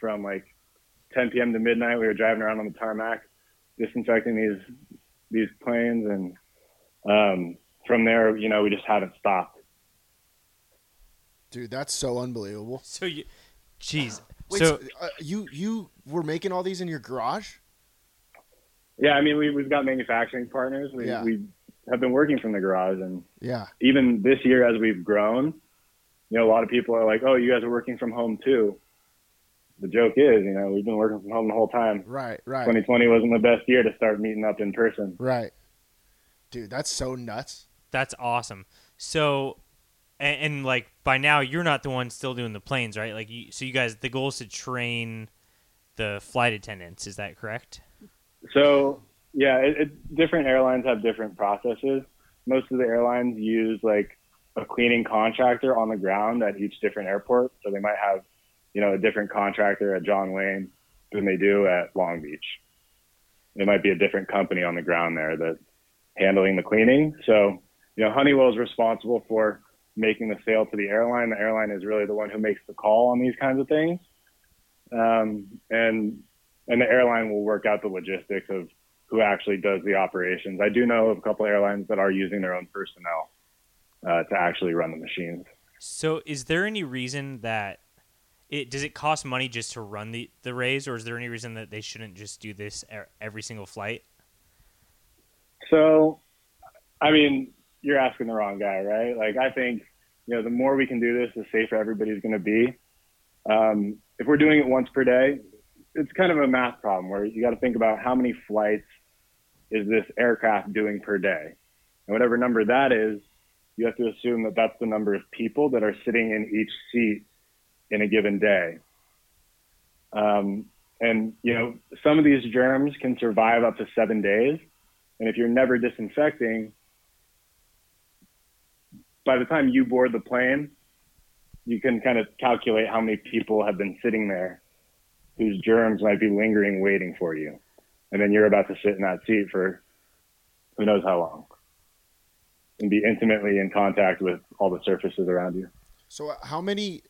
Speaker 4: from like 10 p.m. to midnight. We were driving around on the tarmac, disinfecting these these planes and um, from there, you know, we just haven't stopped.
Speaker 1: Dude, that's so unbelievable.
Speaker 2: So you, jeez.
Speaker 1: Wait,
Speaker 2: so
Speaker 1: so, uh, you you were making all these in your garage?
Speaker 4: Yeah, I mean, we, we've got manufacturing partners. We,
Speaker 1: Yeah.
Speaker 4: we have been working from the garage, and
Speaker 1: Yeah.
Speaker 4: even this year, as we've grown, you know, a lot of people are like, "Oh, you guys are working from home too." The joke is, you know, we've been working from home the whole time.
Speaker 1: Right, right.
Speaker 4: 2020 wasn't the best year to start meeting up in person.
Speaker 1: Right. Dude, that's so nuts.
Speaker 2: that's awesome. So, and, and like by now, you're not the one still doing the planes, right? Like, you, so you guys, the goal is to train the flight attendants. Is that correct?
Speaker 4: So yeah, it, it, different airlines have different processes. Most of the airlines use like a cleaning contractor on the ground at each different airport. So they might have, you know, a different contractor at John Wayne than they do at Long Beach. It might be a different company on the ground there that's handling the cleaning. So, you know, Honeywell is responsible for making the sale to the airline. The airline is really the one who makes the call on these kinds of things. Um, and and the airline will work out the logistics of who actually does the operations. I do know of a couple airlines that are using their own personnel uh, to actually run the machines.
Speaker 2: So, is there any reason that it does it cost money just to run the the raise, or is there any reason that they shouldn't just do this e- every single flight?
Speaker 4: So, I mean, you're asking the wrong guy, right? Like, I think you know the more we can do this, the safer everybody's going to be. Um, if we're doing it once per day, it's kind of a math problem where you got to think about how many flights is this aircraft doing per day, and whatever number that is, you have to assume that that's the number of people that are sitting in each seat in a given day. Um, and you know, some of these germs can survive up to seven days. And if you're never disinfecting, by the time you board the plane, you can kind of calculate how many people have been sitting there whose germs might be lingering waiting for you. And then you're about to sit in that seat for who knows how long and be intimately in contact with all the surfaces around you.
Speaker 1: So uh, how many?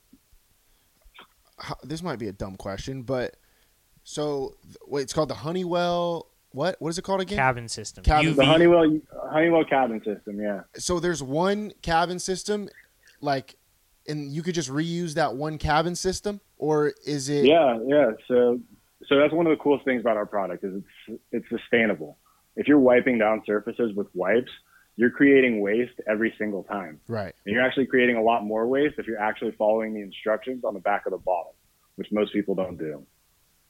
Speaker 1: How, this might be a dumb question, but so th- wait, it's called the Honeywell. What what is it called again?
Speaker 2: Cabin system.
Speaker 1: Cabin-
Speaker 4: The
Speaker 2: UV.
Speaker 4: Honeywell Honeywell cabin system, yeah.
Speaker 1: so there's one cabin system, like, and you could just reuse that one cabin system, or is it?
Speaker 4: Yeah, yeah. So, so that's one of the coolest things about our product is it's it's sustainable. If you're wiping down surfaces with wipes, you're creating waste every single time,
Speaker 1: Right.
Speaker 4: and you're actually creating a lot more waste if you're actually following the instructions on the back of the bottle, which most people don't do.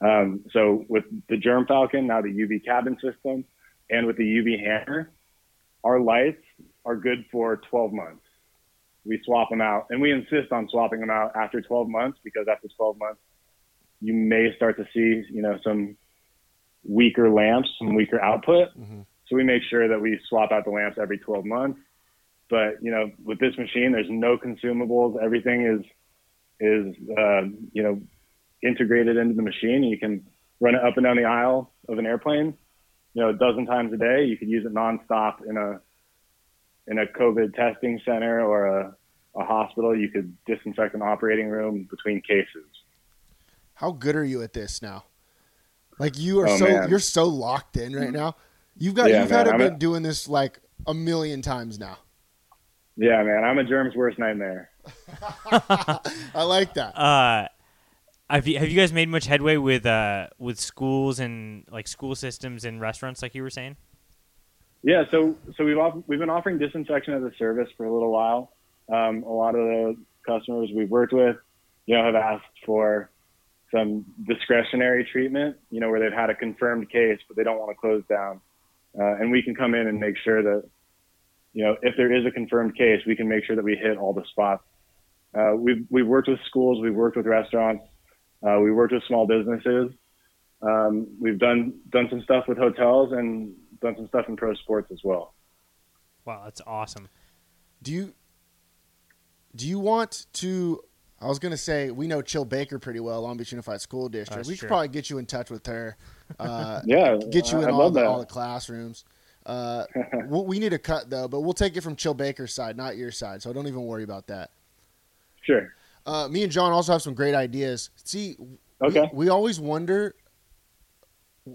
Speaker 4: Um, so, with the Germ Falcon, now the UV cabin system, and with the UV hammer, our lights are good for 12 months. We swap them out, and we insist on swapping them out after 12 months because after 12 months you may start to see, you know, some weaker lamps, some weaker output. So we make sure that we swap out the lamps every 12 months. But you know, with this machine, there's no consumables. Everything is is uh, you know integrated into the machine. You can run it up and down the aisle of an airplane, you know, a dozen times a day. You could use it nonstop in a in a COVID testing center or a, a hospital. You could disinfect an operating room between cases.
Speaker 1: How good are you at this now? Like you are
Speaker 4: Oh,
Speaker 1: so
Speaker 4: man.
Speaker 1: you're so locked in right now. You've got
Speaker 4: Yeah,
Speaker 1: you've
Speaker 4: man,
Speaker 1: had
Speaker 4: I'm
Speaker 1: been
Speaker 4: a-
Speaker 1: doing this like a million times now.
Speaker 4: Yeah, man, I'm a germ's worst nightmare.
Speaker 1: I like that.
Speaker 2: Uh, have you have you guys made much headway with uh with schools and like school systems and restaurants like you were saying?
Speaker 4: Yeah, so so we've off, we've been offering disinfection as a service for a little while. Um, a lot of the customers we've worked with, you know, have asked for some discretionary treatment, you know, where they've had a confirmed case but they don't want to close down, uh, and we can come in and make sure that, you know, if there is a confirmed case, we can make sure that we hit all the spots. Uh, we've we've worked with schools, we've worked with restaurants, uh, we worked with small businesses, um, we've done done some stuff with hotels and done some stuff in pro sports as well.
Speaker 2: Wow, that's awesome.
Speaker 1: Do you do you want to? I was gonna say we know Chill Baker pretty well, Long Beach Unified School District.
Speaker 2: That's
Speaker 1: we could
Speaker 2: true.
Speaker 1: probably get you in touch with her. Uh,
Speaker 4: Yeah,
Speaker 1: get you
Speaker 4: I-
Speaker 1: in
Speaker 4: I
Speaker 1: all
Speaker 4: love
Speaker 1: the,
Speaker 4: that.
Speaker 1: all the classrooms. Uh, we we need a cut though, but we'll take it from Chill Baker's side, not your side. So don't even worry about that.
Speaker 4: Sure.
Speaker 1: Uh, me and John also have some great ideas. See, we-
Speaker 4: Okay.
Speaker 1: we, always wonder.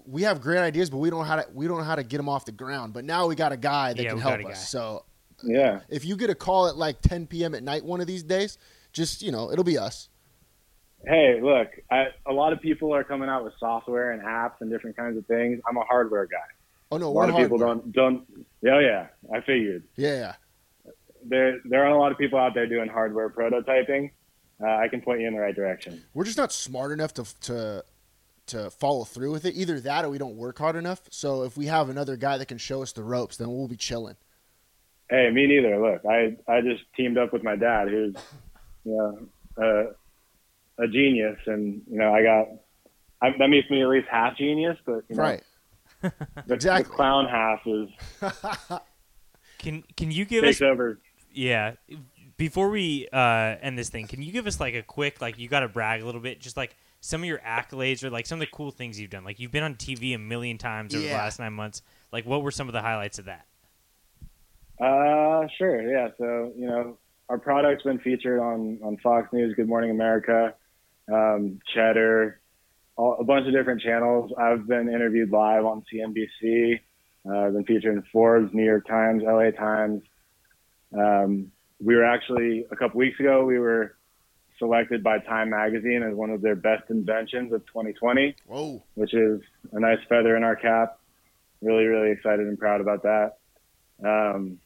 Speaker 1: We have great ideas, but we don't know how to we don't know how to get them off the ground. But now we got a guy that
Speaker 2: Yeah,
Speaker 1: can
Speaker 2: we
Speaker 1: help us.
Speaker 2: got a guy.
Speaker 1: So
Speaker 4: Yeah.
Speaker 1: if you get a call at like 10 p.m. at night one of these days, just you know, it'll be us.
Speaker 4: Hey, look, I, a lot of people are coming out with software and apps and different kinds of things. I'm a hardware guy.
Speaker 1: Oh no,
Speaker 4: A
Speaker 1: we're
Speaker 4: lot of people
Speaker 1: hardware.
Speaker 4: don't don't. Yeah, yeah. I figured
Speaker 1: Yeah, yeah.
Speaker 4: there there aren't a lot of people out there doing hardware prototyping. Uh, I can point you in the right direction.
Speaker 1: We're just not smart enough to to to follow through with it. Either that, or we don't work hard enough. So if we have another guy that can show us the ropes, then we'll be chilling.
Speaker 4: Hey, me neither. Look, I I just teamed up with my dad, who's you know uh, a genius, and you know I got I, that makes me at least half genius, but you know,
Speaker 1: Right.
Speaker 4: the,
Speaker 1: exactly.
Speaker 4: the clown half is
Speaker 2: Can can you give us
Speaker 4: takes over.
Speaker 2: yeah before we uh end this thing? Can you give us like a quick like you got to brag a little bit, just like some of your accolades or like some of the cool things you've done. Like you've been on TV a million times over the
Speaker 1: Yeah.
Speaker 2: last nine months. Like what were some of the highlights of that?
Speaker 4: Uh, sure, yeah. So you know, our product's been featured on on Fox News, Good Morning America, um, Cheddar, all, a bunch of different channels. I've been interviewed live on CNBC. Uh, I've been featured in Forbes, New York Times, LA Times. Um, we were actually a couple weeks ago. We were selected by Time Magazine as one of their best inventions of 2020
Speaker 1: Whoa.
Speaker 4: which is a nice feather in our cap. Really, really excited and proud about that. Um,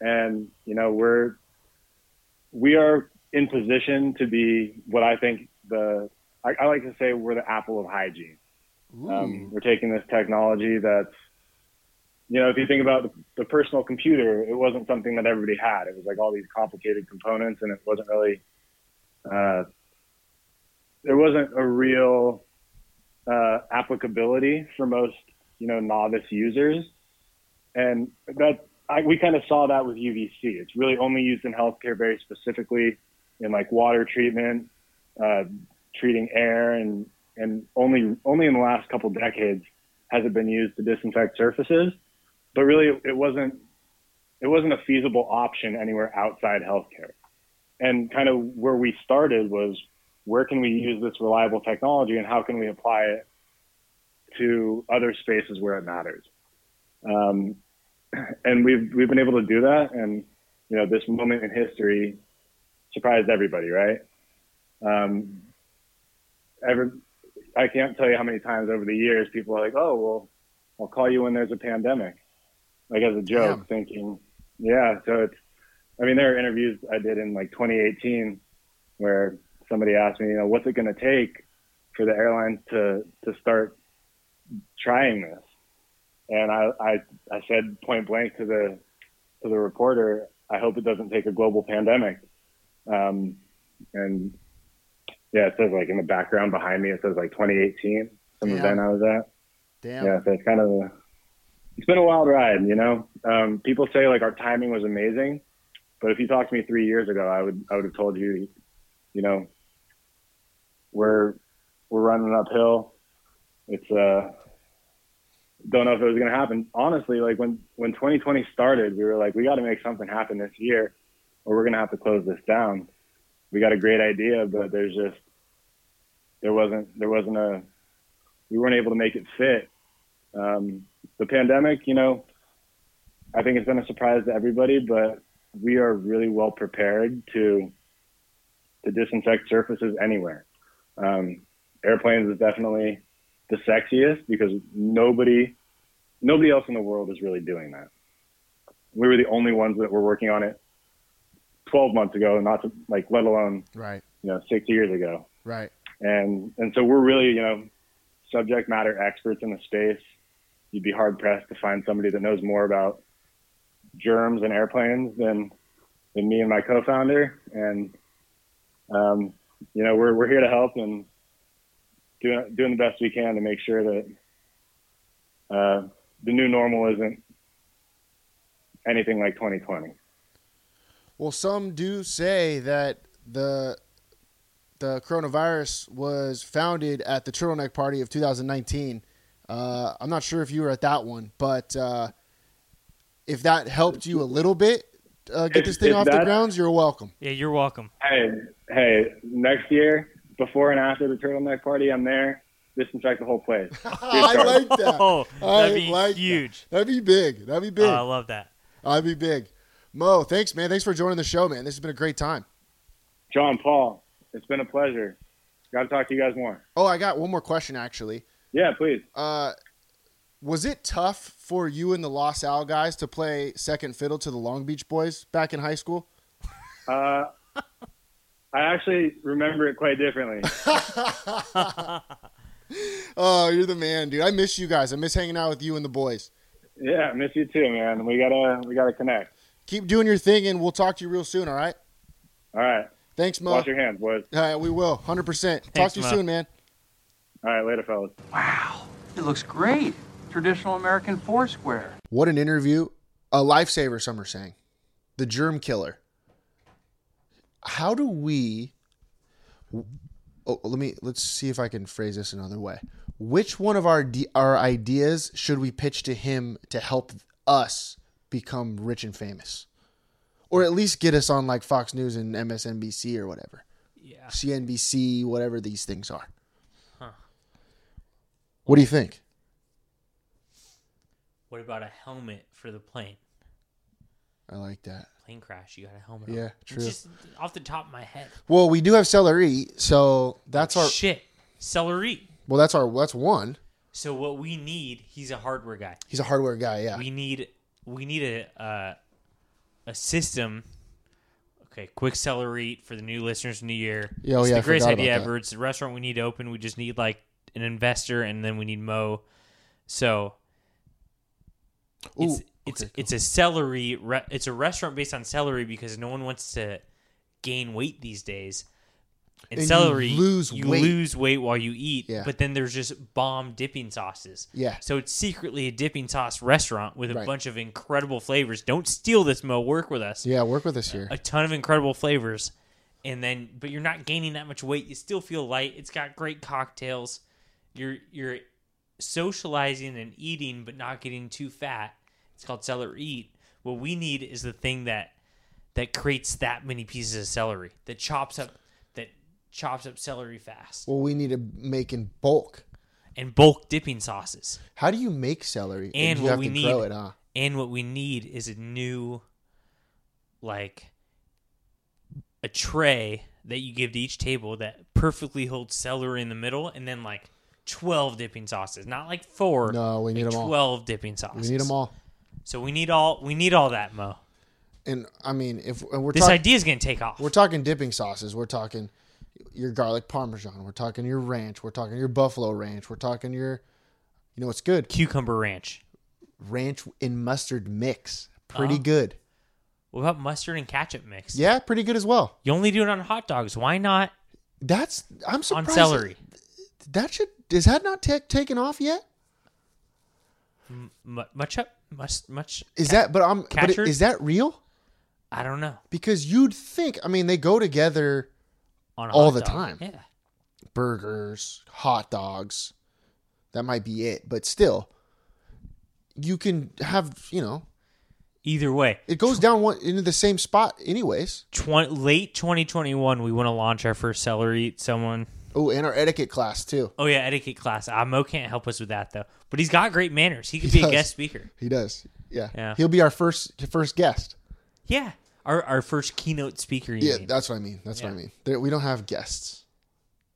Speaker 4: and you know, we're we are in position to be what I think the I, I like to say we're the apple of hygiene. Um, we're taking this technology that's you know, if you think about the, the personal computer, it wasn't something that everybody had. It was like all these complicated components, and it wasn't really uh, there wasn't a real uh, applicability for most you know novice users, and that I, we kind of saw that with UVC. It's really only used in healthcare very specifically in like water treatment, uh, treating air, and and only only in the last couple decades has it been used to disinfect surfaces. But really, it wasn't it wasn't a feasible option anywhere outside healthcare. And kind of where we started was where can we use this reliable technology and how can we apply it to other spaces where it matters. Um, and we've we've been able to do that, and you know this moment in history surprised everybody, right? Um, every, I can't tell you how many times over the years people are like, "Oh, well, I'll call you when there's a pandemic," like as a joke,
Speaker 1: Yeah.
Speaker 4: thinking, "Yeah." So it's, I mean, there are interviews I did in like 2018 where somebody asked me, you know, what's it going to take for the airlines to to start trying this? And I, I I said point blank to the to the reporter, I hope it doesn't take a global pandemic. Um, and yeah, it says like in the background behind me, it says like 2018, some
Speaker 1: Yeah.
Speaker 4: event I was at.
Speaker 1: Damn.
Speaker 4: Yeah, so it's kind of a, it's been a wild ride, you know. Um, people say like our timing was amazing, but if you talked to me three years ago, I would I would have told you, you know, we're we're running uphill. It's uh, don't know if it was gonna happen. Honestly, like when when 2020 started, we were like, we got to make something happen this year, or we're gonna have to close this down. We got a great idea, but there's just there wasn't there wasn't a we weren't able to make it fit um, the pandemic, you know, I think it's been a surprise to everybody, but we are really well prepared to to disinfect surfaces anywhere. Um, airplanes is definitely the sexiest because nobody nobody else in the world is really doing that. We were the only ones that were working on it 12 months ago, not to, like let alone
Speaker 1: Right.
Speaker 4: you know six years ago
Speaker 1: Right.
Speaker 4: and and so we're really you know subject matter experts in the space. You'd be hard pressed to find somebody that knows more about germs and airplanes than than me and my co-founder. And um, you know we're we're here to help and doing doing the best we can to make sure that uh, the new normal isn't anything like 2020.
Speaker 1: Well, some do say that the the coronavirus was founded at the turtleneck party of 2019. Uh, I'm not sure if you were at that one, but uh, if that helped you a little bit uh, get
Speaker 4: If-
Speaker 1: this thing
Speaker 4: if
Speaker 1: off the
Speaker 4: that-
Speaker 1: grounds, you're welcome.
Speaker 2: Yeah, you're welcome.
Speaker 4: Hey, hey, next year, before and after the turtleneck party, I'm there. Disinfect the whole place.
Speaker 1: I like that.
Speaker 2: Oh,
Speaker 1: I
Speaker 2: that'd be
Speaker 1: like that.
Speaker 2: huge.
Speaker 1: That'd be big. That'd be
Speaker 2: Oh,
Speaker 1: big.
Speaker 2: I love that.
Speaker 1: That'd be big. Mo, thanks, man. Thanks for joining the show, man. This has been a great time.
Speaker 4: John Paul, it's been a pleasure. Got to talk to you guys more.
Speaker 1: Oh, I got one more question actually.
Speaker 4: Yeah, please.
Speaker 1: Uh, was it tough for you and the Los Al guys to play second fiddle to the Long Beach boys back in high school?
Speaker 4: Uh, I actually remember it quite differently.
Speaker 1: Oh, you're the man, dude. I miss you guys. I miss hanging out with you and the boys.
Speaker 4: Yeah, miss you too, man. We gotta we gotta connect.
Speaker 1: Keep doing your thing, and we'll talk to you real soon. All right.
Speaker 4: All right,
Speaker 1: Thanks, Mo.
Speaker 4: wash your hands, boys.
Speaker 1: All right, we will. Hundred percent. Talk
Speaker 2: Thanks,
Speaker 1: to you
Speaker 2: Mo.
Speaker 1: soon, man.
Speaker 4: All right, later, fellas.
Speaker 5: It looks great. Traditional American foursquare.
Speaker 1: What an interview. A lifesaver, some are saying. The germ killer. How do we Oh, let me let's see if I can phrase this another way. Which one of our de- our ideas should we pitch to him to help us become rich and famous? Or at least get us on like Fox News and MSNBC or whatever.
Speaker 2: Yeah.
Speaker 1: CNBC, whatever these things are. What do you think?
Speaker 2: What about a helmet for the plane?
Speaker 1: I like that.
Speaker 2: Plane crash. You got a helmet. on.
Speaker 1: Yeah,
Speaker 2: It's
Speaker 1: true.
Speaker 2: Just off the top of my head.
Speaker 1: Well, we do have celery, so that's our
Speaker 2: Shit, celery.
Speaker 1: Well, that's our that's one.
Speaker 2: So what we need? He's a hardware guy.
Speaker 1: He's a hardware guy, yeah.
Speaker 2: We need we need a uh, a system. Okay, quick celery for the new listeners, new year.
Speaker 1: Yeah, oh
Speaker 2: it's
Speaker 1: yeah, I
Speaker 2: the greatest
Speaker 1: forgot about
Speaker 2: idea
Speaker 1: that.
Speaker 2: ever. It's a restaurant we need to open. We just need like an investor, and then we need Mo. So it's
Speaker 1: Ooh,
Speaker 2: it's
Speaker 1: okay,
Speaker 2: it's a celery. Re- it's a restaurant based on celery because no one wants to gain weight these days. And,
Speaker 1: And you
Speaker 2: celery,
Speaker 1: lose
Speaker 2: you
Speaker 1: weight.
Speaker 2: lose weight while you eat.
Speaker 1: Yeah.
Speaker 2: But then there's just bomb dipping sauces.
Speaker 1: Yeah.
Speaker 2: So it's secretly a dipping sauce restaurant with a
Speaker 1: Right.
Speaker 2: bunch of incredible flavors. Don't steal this, Mo. Work with us.
Speaker 1: yeah, work with us here.
Speaker 2: A ton of incredible flavors, and then but you're not gaining that much weight. You still feel light. It's got great cocktails. You're you're socializing and eating, but not getting too fat. It's called celery eat. What we need is the thing that that creates that many pieces of celery that chops up that chops up celery fast
Speaker 1: Well, we need to make in bulk.
Speaker 2: and bulk dipping sauces.
Speaker 1: How do you make celery?
Speaker 2: And
Speaker 1: you
Speaker 2: what
Speaker 1: have
Speaker 2: we
Speaker 1: to
Speaker 2: need
Speaker 1: grow it, huh?
Speaker 2: And what we need is a new, like, a tray that you give to each table that perfectly holds celery in the middle, and then like twelve dipping sauces, not like four.
Speaker 1: No, we need
Speaker 2: like
Speaker 1: 'em all.
Speaker 2: Twelve dipping sauces.
Speaker 1: We need them all.
Speaker 2: So we need all we need all that, Mo.
Speaker 1: And I mean, if and we're
Speaker 2: This
Speaker 1: talking,
Speaker 2: idea is gonna take off.
Speaker 1: we're talking dipping sauces. We're talking your garlic parmesan. We're talking your ranch. We're talking your buffalo ranch. We're talking your, you know, what's good
Speaker 2: Cucumber ranch.
Speaker 1: ranch and mustard mix.
Speaker 2: Uh-huh.
Speaker 1: Pretty good.
Speaker 2: What about mustard and ketchup mix?
Speaker 1: Yeah, pretty good as well.
Speaker 2: You only do it on hot dogs. Why not
Speaker 1: That's I'm
Speaker 2: on
Speaker 1: surprised
Speaker 2: celery?
Speaker 1: That should is that not ta- taken off yet?
Speaker 2: Mu much up, much, much.
Speaker 1: Is that but I'm but
Speaker 2: Catcher?
Speaker 1: is that real?
Speaker 2: I don't know.
Speaker 1: Because you'd think I mean they go together
Speaker 2: On a
Speaker 1: All
Speaker 2: hot
Speaker 1: the
Speaker 2: dog.
Speaker 1: time.
Speaker 2: Yeah.
Speaker 1: burgers, hot dogs. That might be it, but still, you can have you know
Speaker 2: Either way,
Speaker 1: it goes down one into the same spot anyways.
Speaker 2: 20, late 2021, we want to launch our first celery. Eat Someone.
Speaker 1: Oh, and our etiquette class too.
Speaker 2: Oh yeah, etiquette class. Ah, Mo can't help us with that though, but he's got great manners. He could
Speaker 1: He
Speaker 2: be
Speaker 1: does.
Speaker 2: a guest speaker.
Speaker 1: He does. Yeah.
Speaker 2: Yeah.
Speaker 1: He'll be our first first guest.
Speaker 2: Yeah. Our our first keynote speaker. You
Speaker 1: Yeah,
Speaker 2: mean.
Speaker 1: that's what I mean. That's what I
Speaker 2: Yeah.
Speaker 1: mean. There, we don't have guests.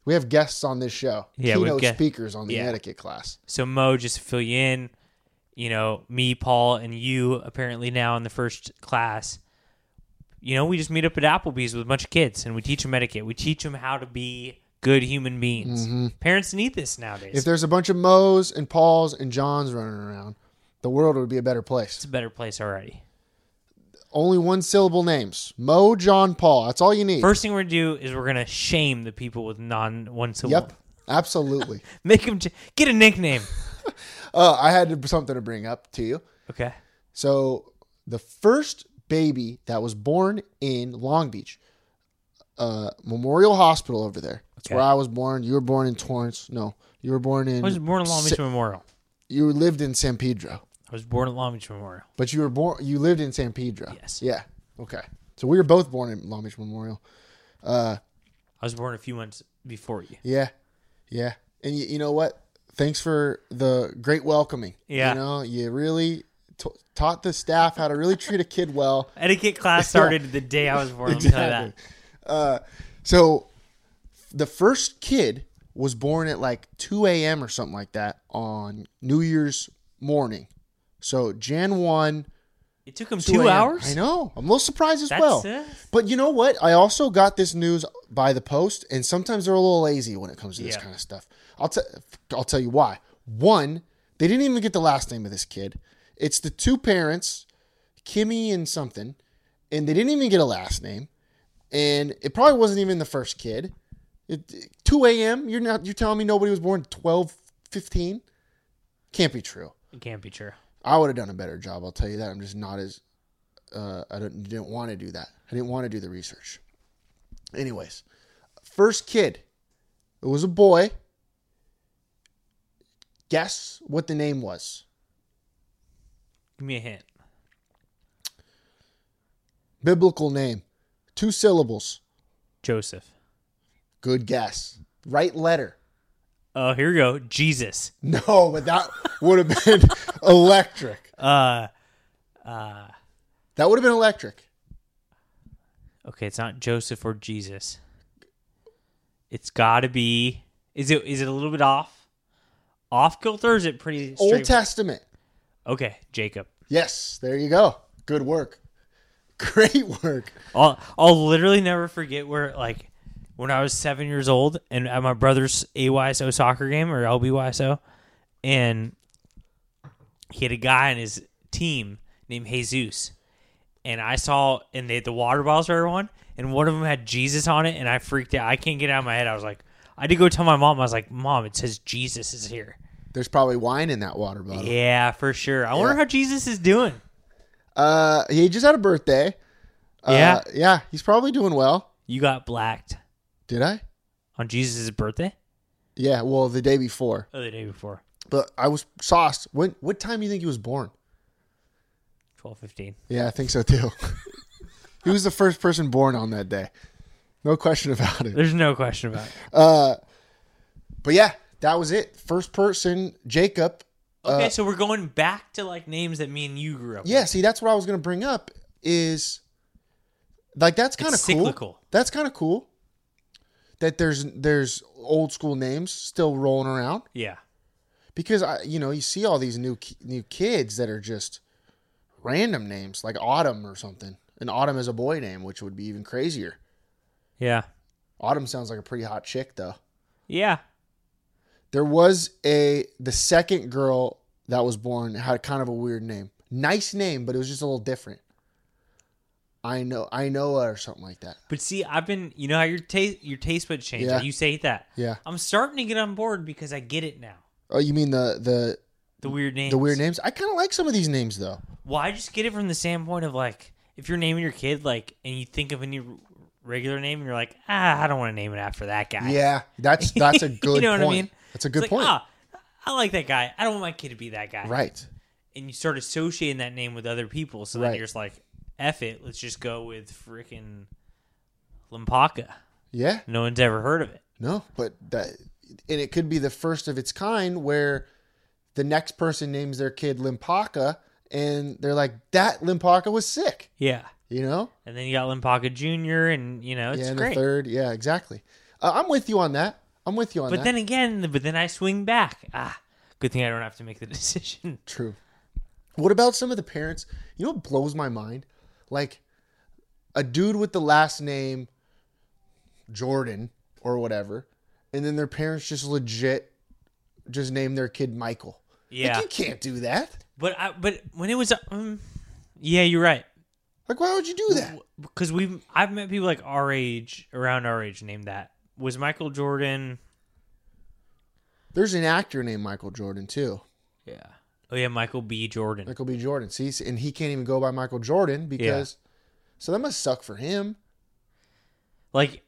Speaker 1: We have guests on this show.
Speaker 2: Yeah, we've
Speaker 1: keynote
Speaker 2: got-
Speaker 1: speakers on the
Speaker 2: yeah.
Speaker 1: etiquette class.
Speaker 2: So Mo, just to fill you in, you know, me, Paul, and you apparently now in the first class. You know, we just meet up at Applebee's with a bunch of kids, and we teach them etiquette. We teach them how to be good human beings. Parents need this nowadays.
Speaker 1: Mm-hmm. If there's a bunch of Mo's and Paul's and John's running around, the world would be a better place.
Speaker 2: it's a better place already.
Speaker 1: Only one syllable names. Mo, John, Paul. That's all you need.
Speaker 2: First thing we're gonna do is we're gonna shame the people with non one syllable.
Speaker 1: Yep. Absolutely.
Speaker 2: Make them get a nickname.
Speaker 1: uh, I had something to bring up to you.
Speaker 2: okay.
Speaker 1: So the first baby that was born in Long Beach, uh, Memorial Hospital over there. That's
Speaker 2: Okay.
Speaker 1: where I was born. You were born in Torrance. No, you were born in.
Speaker 2: I was born at Long Beach
Speaker 1: Sa-
Speaker 2: Memorial.
Speaker 1: you lived in San Pedro,
Speaker 2: I was born at Long Beach Memorial.
Speaker 1: but you were born. You lived in San Pedro.
Speaker 2: Yes.
Speaker 1: Yeah. Okay. So we were both born in Long Beach Memorial.
Speaker 2: I was born a few months before you.
Speaker 1: Yeah. Yeah. And you, you know what? Thanks for the great welcoming.
Speaker 2: Yeah.
Speaker 1: You know, you really t- taught the staff how to really treat a kid well.
Speaker 2: Etiquette class started the day I was born. Let me tell you that.
Speaker 1: So the first kid was born at like 2 a.m. or something like that on New Year's morning. So Jan 1.
Speaker 2: It took him
Speaker 1: 2
Speaker 2: two
Speaker 1: a.m.
Speaker 2: hours.
Speaker 1: I know. I'm a little surprised as
Speaker 2: That's
Speaker 1: well.
Speaker 2: it?
Speaker 1: But you know what? I also got this news by the post, and sometimes they're a little lazy when it comes to this
Speaker 2: Yeah.
Speaker 1: kind of stuff. I'll tell I'll tell you why. One, they didn't even get the last name of this kid. It's the two parents, Kimmy and something, and they didn't even get a last name. And it probably wasn't even the first kid. It, 2 a.m. You're not. You're telling me nobody was born 12, 15? Can't be true.
Speaker 2: It can't be true.
Speaker 1: I would have done a better job. I'll tell you that. I'm just not as. Uh, I don't, didn't want to do that. I didn't want to do the research. Anyways, first kid, it was a boy. Guess what the name was?
Speaker 2: Give me a hint.
Speaker 1: Biblical name, two syllables.
Speaker 2: Joseph.
Speaker 1: Good guess. Right letter.
Speaker 2: Oh, here we go. Jesus.
Speaker 1: No, but that would have been electric.
Speaker 2: Uh,
Speaker 1: That would have been electric.
Speaker 2: okay. It's not Joseph or Jesus. It's got to be. Is it? Is it a little bit off? Off kilter? Or is it pretty?
Speaker 1: Old
Speaker 2: straight-
Speaker 1: Testament.
Speaker 2: Okay, Jacob.
Speaker 1: Yes, there you go. Good work. Great work.
Speaker 2: I'll I'll literally never forget where like when I was seven years old and at my brother's AYSO soccer game or LBYSO, and he had a guy on his team named Jesus, and I saw and they had the water bottles for everyone, and one of them had Jesus on it, and I freaked out. I can't get it out of my head. I was like, I had to go tell my mom. I was like, Mom, it says Jesus is here.
Speaker 1: There's probably wine in that water bottle.
Speaker 2: Yeah, for sure. I wonder how Jesus is doing.
Speaker 1: Uh, he just had a birthday. Uh,
Speaker 2: yeah,
Speaker 1: yeah, he's probably doing well.
Speaker 2: Uh, You got blacked
Speaker 1: Did I?
Speaker 2: on Jesus' birthday?
Speaker 1: Yeah, well, the day before.
Speaker 2: Oh, the day before.
Speaker 1: But I was sauced. When what time do you think he was born?
Speaker 2: Twelve fifteen.
Speaker 1: Yeah, I think so too. he was the first person born on that day. No question about it.
Speaker 2: There's no question about it.
Speaker 1: But yeah, that was it. First person, Jacob.
Speaker 2: Okay, so we're going back to like names that me and you grew up.
Speaker 1: Yeah, see, that's what I was going to bring up is like that's kind of
Speaker 2: It's
Speaker 1: cool.
Speaker 2: cyclical.
Speaker 1: That's kind of cool that there's there's old school names still rolling around
Speaker 2: With. Yeah.
Speaker 1: because I you know, you see all these new ki- new kids that are just random names like Autumn or something. And Autumn is a boy name, which would be even crazier.
Speaker 2: Yeah.
Speaker 1: Autumn sounds like a pretty hot chick though.
Speaker 2: Yeah.
Speaker 1: There was a the second girl that was born had kind of a weird name. Nice name, but it was just a little different. I know I know or something like that.
Speaker 2: But see, I've been, you know, how your taste your taste buds change.
Speaker 1: Yeah.
Speaker 2: You say that.
Speaker 1: Yeah.
Speaker 2: I'm starting to get on board because I get it now.
Speaker 1: Oh, you mean the the
Speaker 2: The weird names.
Speaker 1: the weird names? I kind of like some of these names though.
Speaker 2: Well, I just get it from the standpoint of like, if you're naming your kid like, and you think of any r- regular name, and you're like, ah, I don't want to name it after that guy.
Speaker 1: Yeah, that's that's a
Speaker 2: You
Speaker 1: good
Speaker 2: know
Speaker 1: point.
Speaker 2: what I mean?
Speaker 1: That's a
Speaker 2: It's
Speaker 1: good
Speaker 2: like,
Speaker 1: point.
Speaker 2: Ah, I like that guy. I don't want my kid to be that guy.
Speaker 1: Right.
Speaker 2: And you start associating that name with other people, so
Speaker 1: Right.
Speaker 2: then you're just like, F it, let's just go with freaking Limpaka.
Speaker 1: Yeah.
Speaker 2: No one's ever heard of it.
Speaker 1: No, but that and it could be the first of its kind where the next person names their kid Limpaka and they're like that Limpaka was sick,
Speaker 2: Yeah.
Speaker 1: you know?
Speaker 2: And then you got Limpaka Jr., and you know, it's
Speaker 1: yeah, and
Speaker 2: great.
Speaker 1: the third. Yeah, exactly. Uh, I'm with you on that. I'm with you on
Speaker 2: But
Speaker 1: that.
Speaker 2: then again, but then I swing back. Ah, good thing I don't have to make the decision.
Speaker 1: True. What about some of the parents? You know what blows my mind? Like a dude with the last name Jordan or whatever, and then their parents just legit just name their kid Michael. Like,
Speaker 2: Yeah.
Speaker 1: you can't do that.
Speaker 2: But I, but when it was, um, yeah, you're right.
Speaker 1: Like, why would you do that?
Speaker 2: Because we've I've met people like our age, around our age, named that. Was Michael Jordan?
Speaker 1: There's an actor named Michael Jordan too.
Speaker 2: Yeah. Oh yeah, Michael B. Jordan.
Speaker 1: Michael B. Jordan. See, and he can't even go by Michael Jordan because. So that must suck for him.
Speaker 2: Like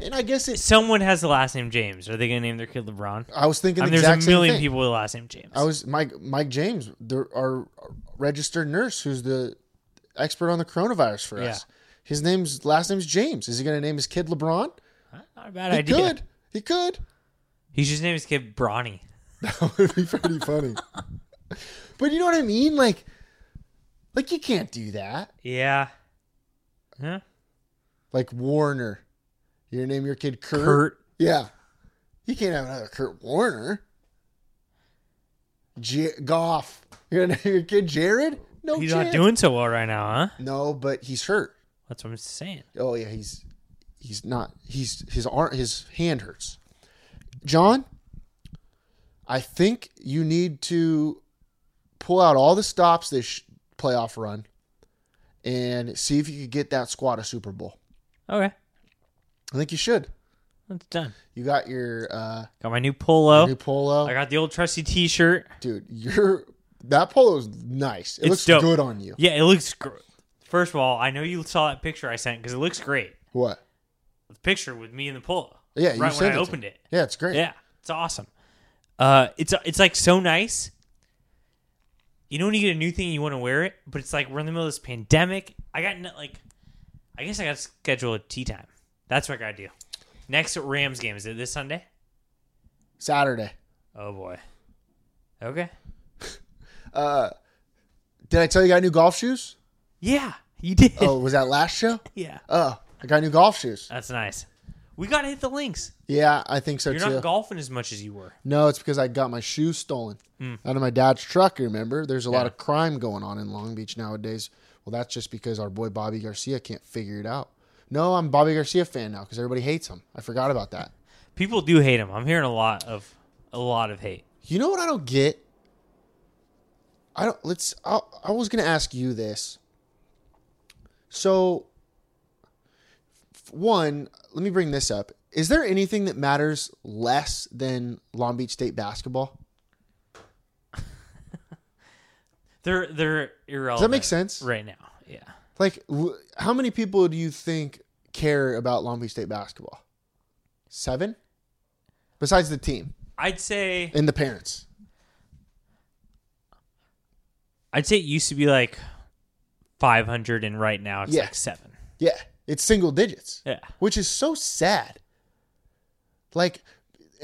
Speaker 1: And I guess it.
Speaker 2: someone has the last name James. Are they gonna name their kid LeBron?
Speaker 1: I was thinking
Speaker 2: I mean,
Speaker 1: the
Speaker 2: there's
Speaker 1: exact
Speaker 2: a million
Speaker 1: same thing.
Speaker 2: people with the last name James.
Speaker 1: I was Mike Mike James, the, our registered nurse, who's the expert on the coronavirus for us. His name's last name's James. Is he going to name his kid LeBron?
Speaker 2: Not a bad
Speaker 1: He
Speaker 2: idea.
Speaker 1: could. He could.
Speaker 2: He should name his kid Bronny.
Speaker 1: That would be pretty funny. but you know what I mean? Like, like you can't do that.
Speaker 2: Yeah. Huh?
Speaker 1: Like Warner, you are gonna name your kid Kurt.
Speaker 2: Kurt.
Speaker 1: Yeah, you can't have another Kurt Warner. J- Goff, you're gonna name your kid Jared? No,
Speaker 2: He's
Speaker 1: chance.
Speaker 2: not doing so well right now, huh?
Speaker 1: No, but he's hurt.
Speaker 2: That's what I'm saying.
Speaker 1: Oh yeah, he's he's not he's his arm his hand hurts. John, I think you need to pull out all the stops this sh- playoff run and see if you could get that squad a Super Bowl.
Speaker 2: Okay,
Speaker 1: I think you should.
Speaker 2: that's done.
Speaker 1: You got your uh
Speaker 2: Got my new polo.
Speaker 1: new polo.
Speaker 2: I got the old trusty T-shirt.
Speaker 1: Dude, your that polo is nice. It
Speaker 2: It's
Speaker 1: looks
Speaker 2: dope.
Speaker 1: good on you.
Speaker 2: Yeah, it looks. Gr- First of all, I know you saw that picture I sent because it looks great.
Speaker 1: What?
Speaker 2: The picture with me in the polo.
Speaker 1: Yeah, you
Speaker 2: right when
Speaker 1: sent
Speaker 2: I
Speaker 1: it to
Speaker 2: opened
Speaker 1: me.
Speaker 2: it.
Speaker 1: Yeah, it's great.
Speaker 2: Yeah, it's awesome. Uh, it's it's like so nice. You know when you get a new thing, you want to wear it, but it's like we're in the middle of this pandemic. I got no, like, I guess I got to schedule a tea time. That's what I got to do. Next Rams game is it this Sunday?
Speaker 1: Saturday.
Speaker 2: Oh boy. Okay.
Speaker 1: Did I tell you I got new golf shoes?
Speaker 2: Yeah, you did.
Speaker 1: Oh, was that last show?
Speaker 2: Yeah,
Speaker 1: Oh, I got new golf shoes.
Speaker 2: that's nice. We gotta hit the links.
Speaker 1: Yeah, I think so
Speaker 2: You're
Speaker 1: too.
Speaker 2: not golfing as much as you were.
Speaker 1: no, it's because I got my shoes stolen
Speaker 2: Hmm.
Speaker 1: out of my dad's truck. you Remember, there's a lot of crime going on in Long Beach nowadays. Well, that's just because our boy Bobby Garcia can't figure it out. No, I'm a Bobby Garcia fan now because everybody hates him. I forgot about that.
Speaker 2: People do hate him. I'm hearing a lot of a lot of hate.
Speaker 1: You know what I don't get? I don't. Let's. I, I was gonna ask you this. So, f- one, let me bring this up. Is there anything that matters less than Long Beach State basketball?
Speaker 2: They're they're irrelevant.
Speaker 1: sense?
Speaker 2: right now? Yeah.
Speaker 1: Like, l- how many people do you think care about Long Beach State basketball? Seven? Besides the team
Speaker 2: I'd say
Speaker 1: and the parents.
Speaker 2: I'd say it used to be like 500, and right now it's
Speaker 1: Yeah.
Speaker 2: like seven.
Speaker 1: Yeah. It's single digits.
Speaker 2: Yeah.
Speaker 1: Which is so sad. Like,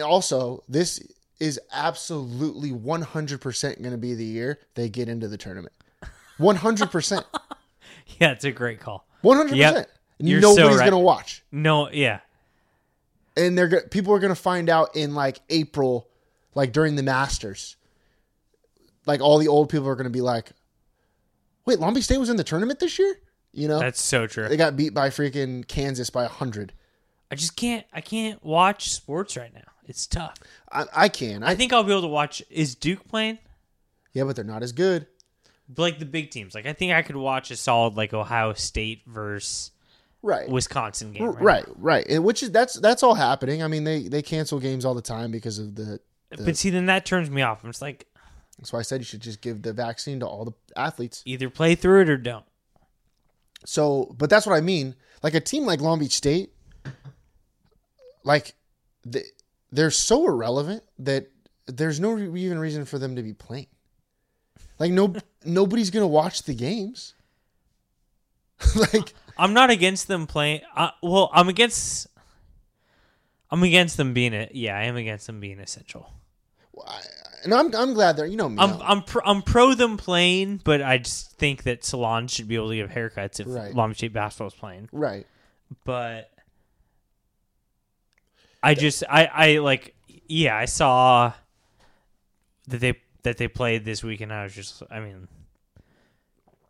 Speaker 1: also, this is absolutely 100% going to be the year they get into the tournament. 100%.
Speaker 2: Yeah, it's a great call.
Speaker 1: 100%.
Speaker 2: Yep. You're so
Speaker 1: Nobody's
Speaker 2: right.
Speaker 1: going to watch.
Speaker 2: No, yeah,
Speaker 1: and they're go- people are going to find out in like April, like during the Masters. Like all the old people are going to be like, "Wait, Long Beach State was in the tournament this year?" You know,
Speaker 2: that's so true.
Speaker 1: they got beat by freaking Kansas by hundred.
Speaker 2: I just can't. I can't watch sports right now. It's tough.
Speaker 1: I, I can, I,
Speaker 2: I think I'll be able to watch. Is Duke playing?
Speaker 1: yeah, but they're not as good.
Speaker 2: Like the big teams. Like I think I could watch a solid like Ohio State versus
Speaker 1: Right,
Speaker 2: Wisconsin game.
Speaker 1: R-
Speaker 2: Right.
Speaker 1: right, right. And which is that's that's all happening. I mean, they they cancel games all the time because of the.
Speaker 2: But see, then that turns me off. I'm just like,
Speaker 1: That's why I said you should just give the vaccine to all the athletes.
Speaker 2: either play through it or don't.
Speaker 1: So, but that's what I mean. Like a team like Long Beach State, like th- they're so irrelevant that there's no re- even reason for them to be playing. Like no, nobody's gonna watch the games. like
Speaker 2: I'm not against them playing. Uh, well, I'm against. I'm against them being a. Yeah, I am against them being essential.
Speaker 1: and I'm I'm glad they're you know me.
Speaker 2: I'm
Speaker 1: I'm,
Speaker 2: I'm pro, I'm pro them playing, but I just think that salons should be able to give haircuts if
Speaker 1: Right.
Speaker 2: Long Beach State basketball is playing.
Speaker 1: right.
Speaker 2: But I just I I like yeah I saw that they that they played this week, and I was just I mean,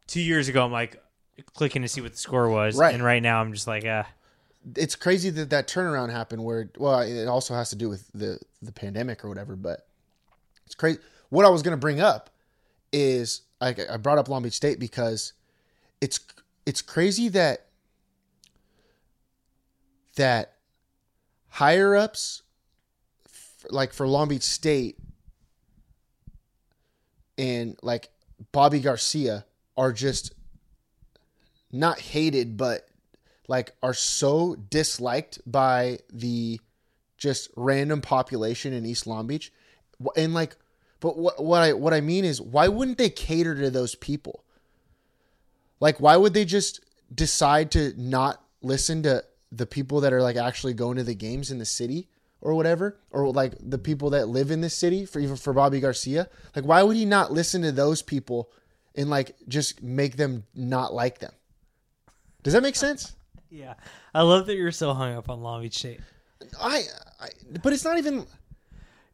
Speaker 2: two years ago I'm like clicking to see what the score was,
Speaker 1: Right.
Speaker 2: and right now I'm just like uh
Speaker 1: It's crazy that that turnaround happened. Where well, it also has to do with the the pandemic or whatever. But it's crazy. What I was gonna bring up is I, I brought up Long Beach State because it's it's crazy that that higher ups f- like for Long Beach State and like Bobby Garcia are just not hated but like are so disliked by the just random population in East Long Beach Wh- and like but what what I what I mean is why wouldn't they cater to those people? Like why would they just decide to not listen to the people that are like actually going to the games in the city or whatever or like the people that live in the city for even for Bobby Garcia? Like why would he not listen to those people and like just make them not like them? Does that make sense?
Speaker 2: yeah I love that you're so hung up on Long Beach State.
Speaker 1: I, I but it's not even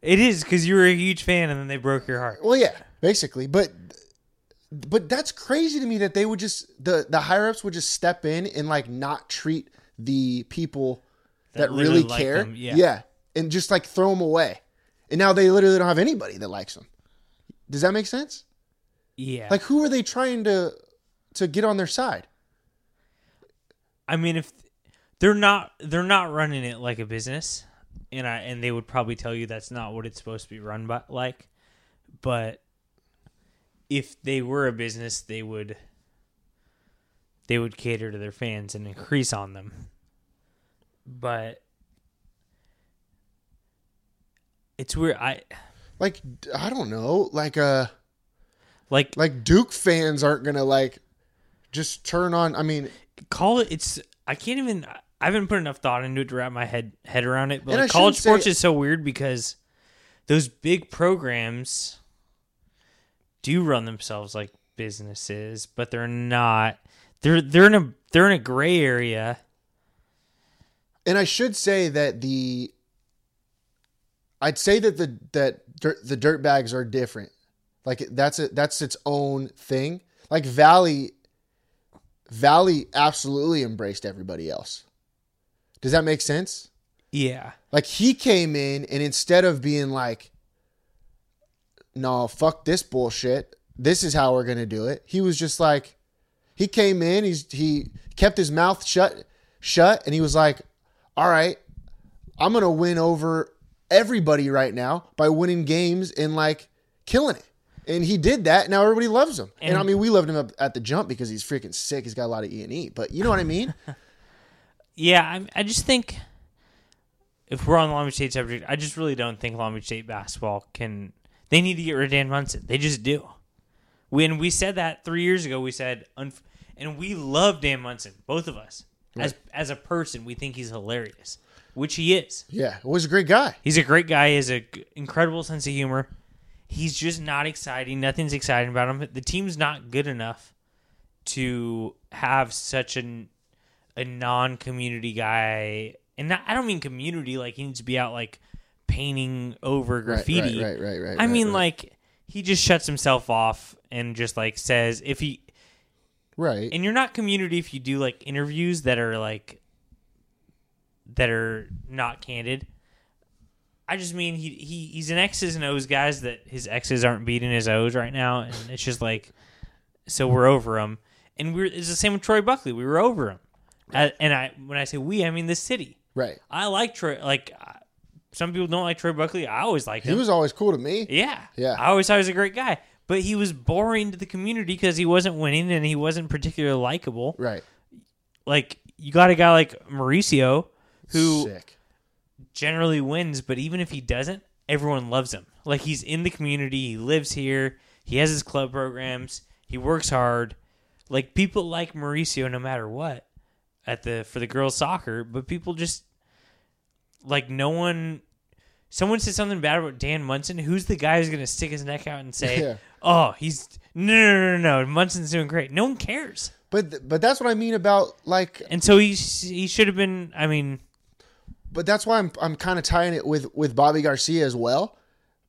Speaker 2: It is because you were a huge fan, and then they broke your heart.
Speaker 1: Well, yeah, basically, but but that's crazy to me that they would just the the higher ups would just step in and like not treat the people that,
Speaker 2: That
Speaker 1: really
Speaker 2: literally like
Speaker 1: care,
Speaker 2: them, yeah.
Speaker 1: and just like throw them away, and now they literally don't have anybody that likes them. Does that make sense?
Speaker 2: Yeah,
Speaker 1: Like, who are they trying to to get on their side?
Speaker 2: I mean, if they're not they're not running it like a business, and I and they would probably tell you that's not what it's supposed to be run by like. But if they were a business, they would they would cater to their fans and increase on them. But it's weird. I
Speaker 1: Like, I don't know. Like, uh,
Speaker 2: like
Speaker 1: like Duke fans aren't gonna like just turn on. I mean,
Speaker 2: call it it's i can't even i haven't put enough thought into it to wrap my head head around it but
Speaker 1: And
Speaker 2: like
Speaker 1: I shouldn't
Speaker 2: college
Speaker 1: say-
Speaker 2: sports is so weird because those big programs do run themselves like businesses but they're not they're they're in a they're in a gray area
Speaker 1: And I should say that the I'd say that the that dirt, the dirt bags are different. Like that's a that's its own thing. Like Valley Valley absolutely embraced everybody else. Does that make sense?
Speaker 2: yeah
Speaker 1: Like he came in and instead of being like no, fuck this bullshit. This is how we're going to do it. He was just like he came in, he's he kept his mouth shut shut and he was like, "All right, I'm going to win over everybody right now by winning games and like killing it." And he did that. Now everybody loves him. And, I mean, we loved him up at the jump because he's freaking sick. He's got a lot of E and E. But you know what I mean?
Speaker 2: yeah, I, I just think if we're on Long Beach State subject, I just really don't think Long Beach State basketball can. They need to get rid of Dan Munson. They just do. When we said that three years ago, we said, unf- and we love Dan Munson, both of us. As as a person, we think he's hilarious, which he is.
Speaker 1: Yeah, always a great guy.
Speaker 2: He's a great guy. He has an incredible sense of humor. He's just not exciting. Nothing's exciting about him. The team's not good enough to have such an a non-community guy. And not, I don't mean community like he needs to be out like painting over
Speaker 1: Right,
Speaker 2: graffiti.
Speaker 1: Right, right, right, right.
Speaker 2: I
Speaker 1: right,
Speaker 2: mean
Speaker 1: right.
Speaker 2: like he just shuts himself off and just like says if he
Speaker 1: right.
Speaker 2: and you're not community if you do like interviews that are like that are not candid. I just mean he, he he's an X's and O's guys that his X's aren't beating his O's right now, and it's just like so we're over him, and we're it's the same with Troy Buckley. We were over him, I, and I when I say we, I mean the city.
Speaker 1: right.
Speaker 2: I like Troy. Like I- some people don't like Troy Buckley. I always liked
Speaker 1: He
Speaker 2: him.
Speaker 1: was always cool to me.
Speaker 2: Yeah.
Speaker 1: Yeah.
Speaker 2: I always thought he was a great guy, but he was boring to the community because he wasn't winning and he wasn't particularly likable.
Speaker 1: Right.
Speaker 2: Like you got a guy like Mauricio who
Speaker 1: Sick.
Speaker 2: generally wins, but even if he doesn't, everyone loves him. Like he's in the community, he lives here, he has his club programs, he works hard. Like people like Mauricio no matter what at the for the girls soccer, but people just like no one someone said something bad about Dan Munson, who's the guy who's going to stick his neck out and say,
Speaker 1: Yeah.
Speaker 2: "Oh, he's no, no, no, no, no, Munson's doing great." No one cares.
Speaker 1: But th- but that's what I mean about like
Speaker 2: And so he he should have been, I mean,
Speaker 1: but that's why I'm I'm kind of tying it with with Bobby Garcia as well.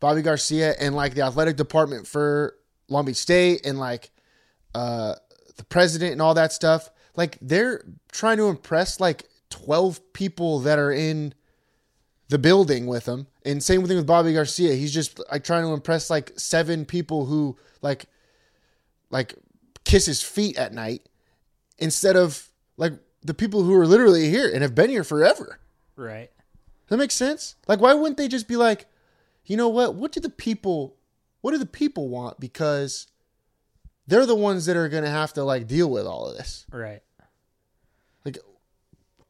Speaker 1: Bobby Garcia and like the athletic department for Long Beach State and like uh the president and all that stuff. Like they're trying to impress like 12 people that are in the building with him. And same thing with Bobby Garcia. He's just like trying to impress like seven people who like like kiss his feet at night instead of like the people who are literally here and have been here forever.
Speaker 2: right.
Speaker 1: That makes sense. Like, why wouldn't they just be like, you know what? What do the people, what do the people want? Because they're the ones that are going to have to like deal with all of this.
Speaker 2: Right.
Speaker 1: Like,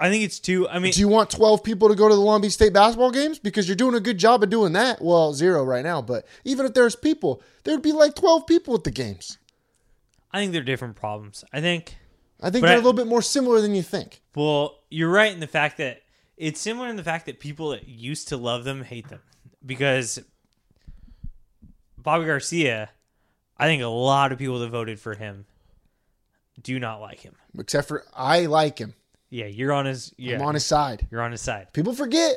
Speaker 2: I think it's too. I mean,
Speaker 1: do you want 12 people to go to the Long Beach State basketball games? Because you're doing a good job of doing that. Well, zero right now, but even if there's people, there'd be like 12 people at the games.
Speaker 2: I think they're different problems. I think.
Speaker 1: I think
Speaker 2: But
Speaker 1: they're
Speaker 2: I-
Speaker 1: a little bit more similar than you think.
Speaker 2: Well, you're right in the fact that it's similar in the fact that people that used to love them hate them because Bobby Garcia. I think a lot of people that voted for him do not like him.
Speaker 1: Except for I like him.
Speaker 2: Yeah, you're on his. Yeah,
Speaker 1: I'm on his side.
Speaker 2: you're on his side.
Speaker 1: People forget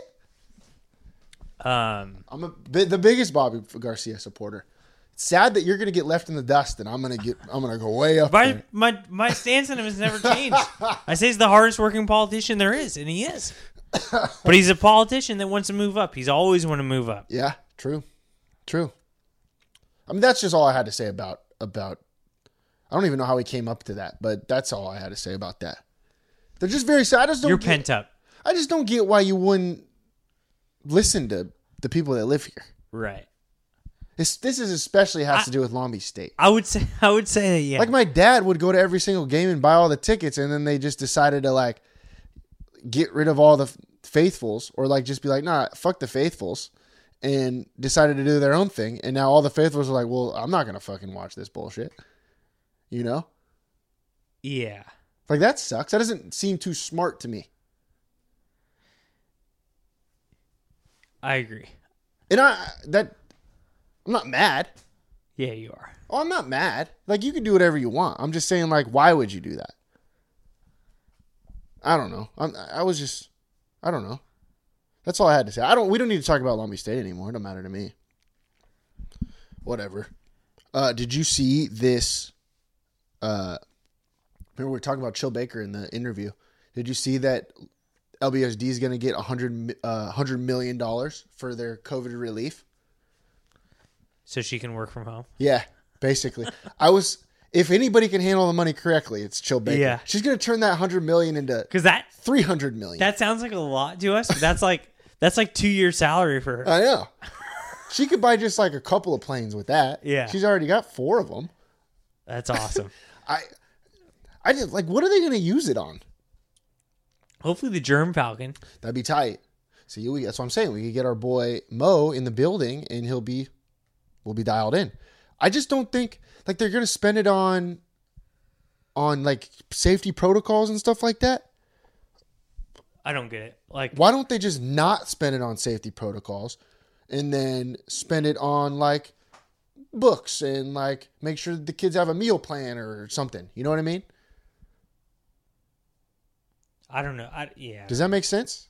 Speaker 2: Um,
Speaker 1: I'm a, bi- the biggest Bobby Garcia supporter. It's sad that you're going to get left in the dust, and I'm going to get I'm going to go way up.
Speaker 2: my
Speaker 1: there.
Speaker 2: my my stance on him has never changed. I say he's the hardest working politician there is, and he is. But he's a politician that wants to move up. He's always want to move up.
Speaker 1: Yeah, true, true. I mean, that's just all I had to say about about. I don't even know how he came up to that, but that's all I had to say about that. They're just very sad. I just don't.
Speaker 2: You're
Speaker 1: get-
Speaker 2: pent up.
Speaker 1: I just don't get why you wouldn't listen to the people that live here.
Speaker 2: Right.
Speaker 1: This this is especially has to do with Long Beach State.
Speaker 2: I would say I would say that yeah.
Speaker 1: Like my dad would go to every single game and buy all the tickets, and then they just decided to like get rid of all the f- faithfuls, or like just be like, nah, fuck the faithfuls, and decided to do their own thing. And now all the faithfuls are like, well, I'm not gonna fucking watch this bullshit. You know,
Speaker 2: yeah.
Speaker 1: like that sucks. That doesn't seem too smart to me.
Speaker 2: I agree.
Speaker 1: And I that I'm not mad.
Speaker 2: Yeah, you are.
Speaker 1: Oh, I'm not mad. Like you can do whatever you want. I'm just saying, like, why would you do that? I don't know. I'm, I was just, I don't know. That's all I had to say. I don't. We don't need to talk about Long Beach State anymore. It don't matter to me. Whatever. Uh, did you see this? Uh, remember we were talking about Chill Baker in the interview. Did you see that LBSD is going to get a hundred uh, hundred million dollars for their COVID relief?
Speaker 2: So she can work from home.
Speaker 1: Yeah, basically. I was if anybody can handle the money correctly, it's Chill Baker.
Speaker 2: Yeah.
Speaker 1: She's gonna turn that 100 million into
Speaker 2: Cuz that
Speaker 1: 300 million.
Speaker 2: that sounds like a lot to us, but that's like that's like 2 years salary for her.
Speaker 1: I know. She could buy just like a couple of planes with that.
Speaker 2: Yeah.
Speaker 1: She's already got four of them.
Speaker 2: That's awesome.
Speaker 1: I just like what are they gonna use it on?
Speaker 2: Hopefully, the Germ Falcon.
Speaker 1: That'd be tight. See, we, that's what I'm saying. We could get our boy Mo in the building, and he'll be, we'll be dialed in. I just don't think like they're gonna spend it on, on like safety protocols and stuff like that.
Speaker 2: I don't get it. Like,
Speaker 1: Why don't they just not spend it on safety protocols, and then spend it on like books and like make sure that the kids have a meal plan or something. You know what I mean?
Speaker 2: I don't know. I, yeah.
Speaker 1: Does that make sense?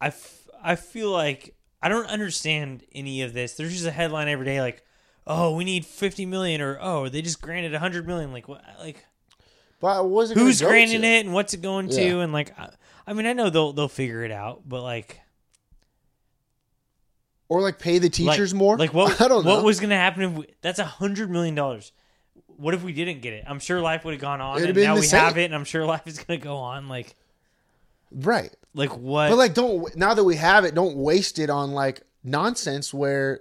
Speaker 2: I, f- I feel like I don't understand any of this. There's just a headline every day like, oh, we need 50 million or oh, they just granted 100 million. Like, what? Like,
Speaker 1: But was it?
Speaker 2: who's
Speaker 1: gonna go
Speaker 2: granting
Speaker 1: to?
Speaker 2: it and what's it going to
Speaker 1: Yeah.
Speaker 2: and like I, I mean I know they'll they'll figure it out but like
Speaker 1: Or like pay the
Speaker 2: like-
Speaker 1: teachers more?
Speaker 2: like what
Speaker 1: I don't know.
Speaker 2: what was going to happen if we, that's a hundred million dollars what if we didn't get it I'm sure life would have gone on
Speaker 1: It'd
Speaker 2: and
Speaker 1: been
Speaker 2: now
Speaker 1: the
Speaker 2: we
Speaker 1: same.
Speaker 2: have it and I'm sure life is going to go on like
Speaker 1: right?
Speaker 2: like what
Speaker 1: But like, don't now that we have it, don't waste it on like nonsense. Where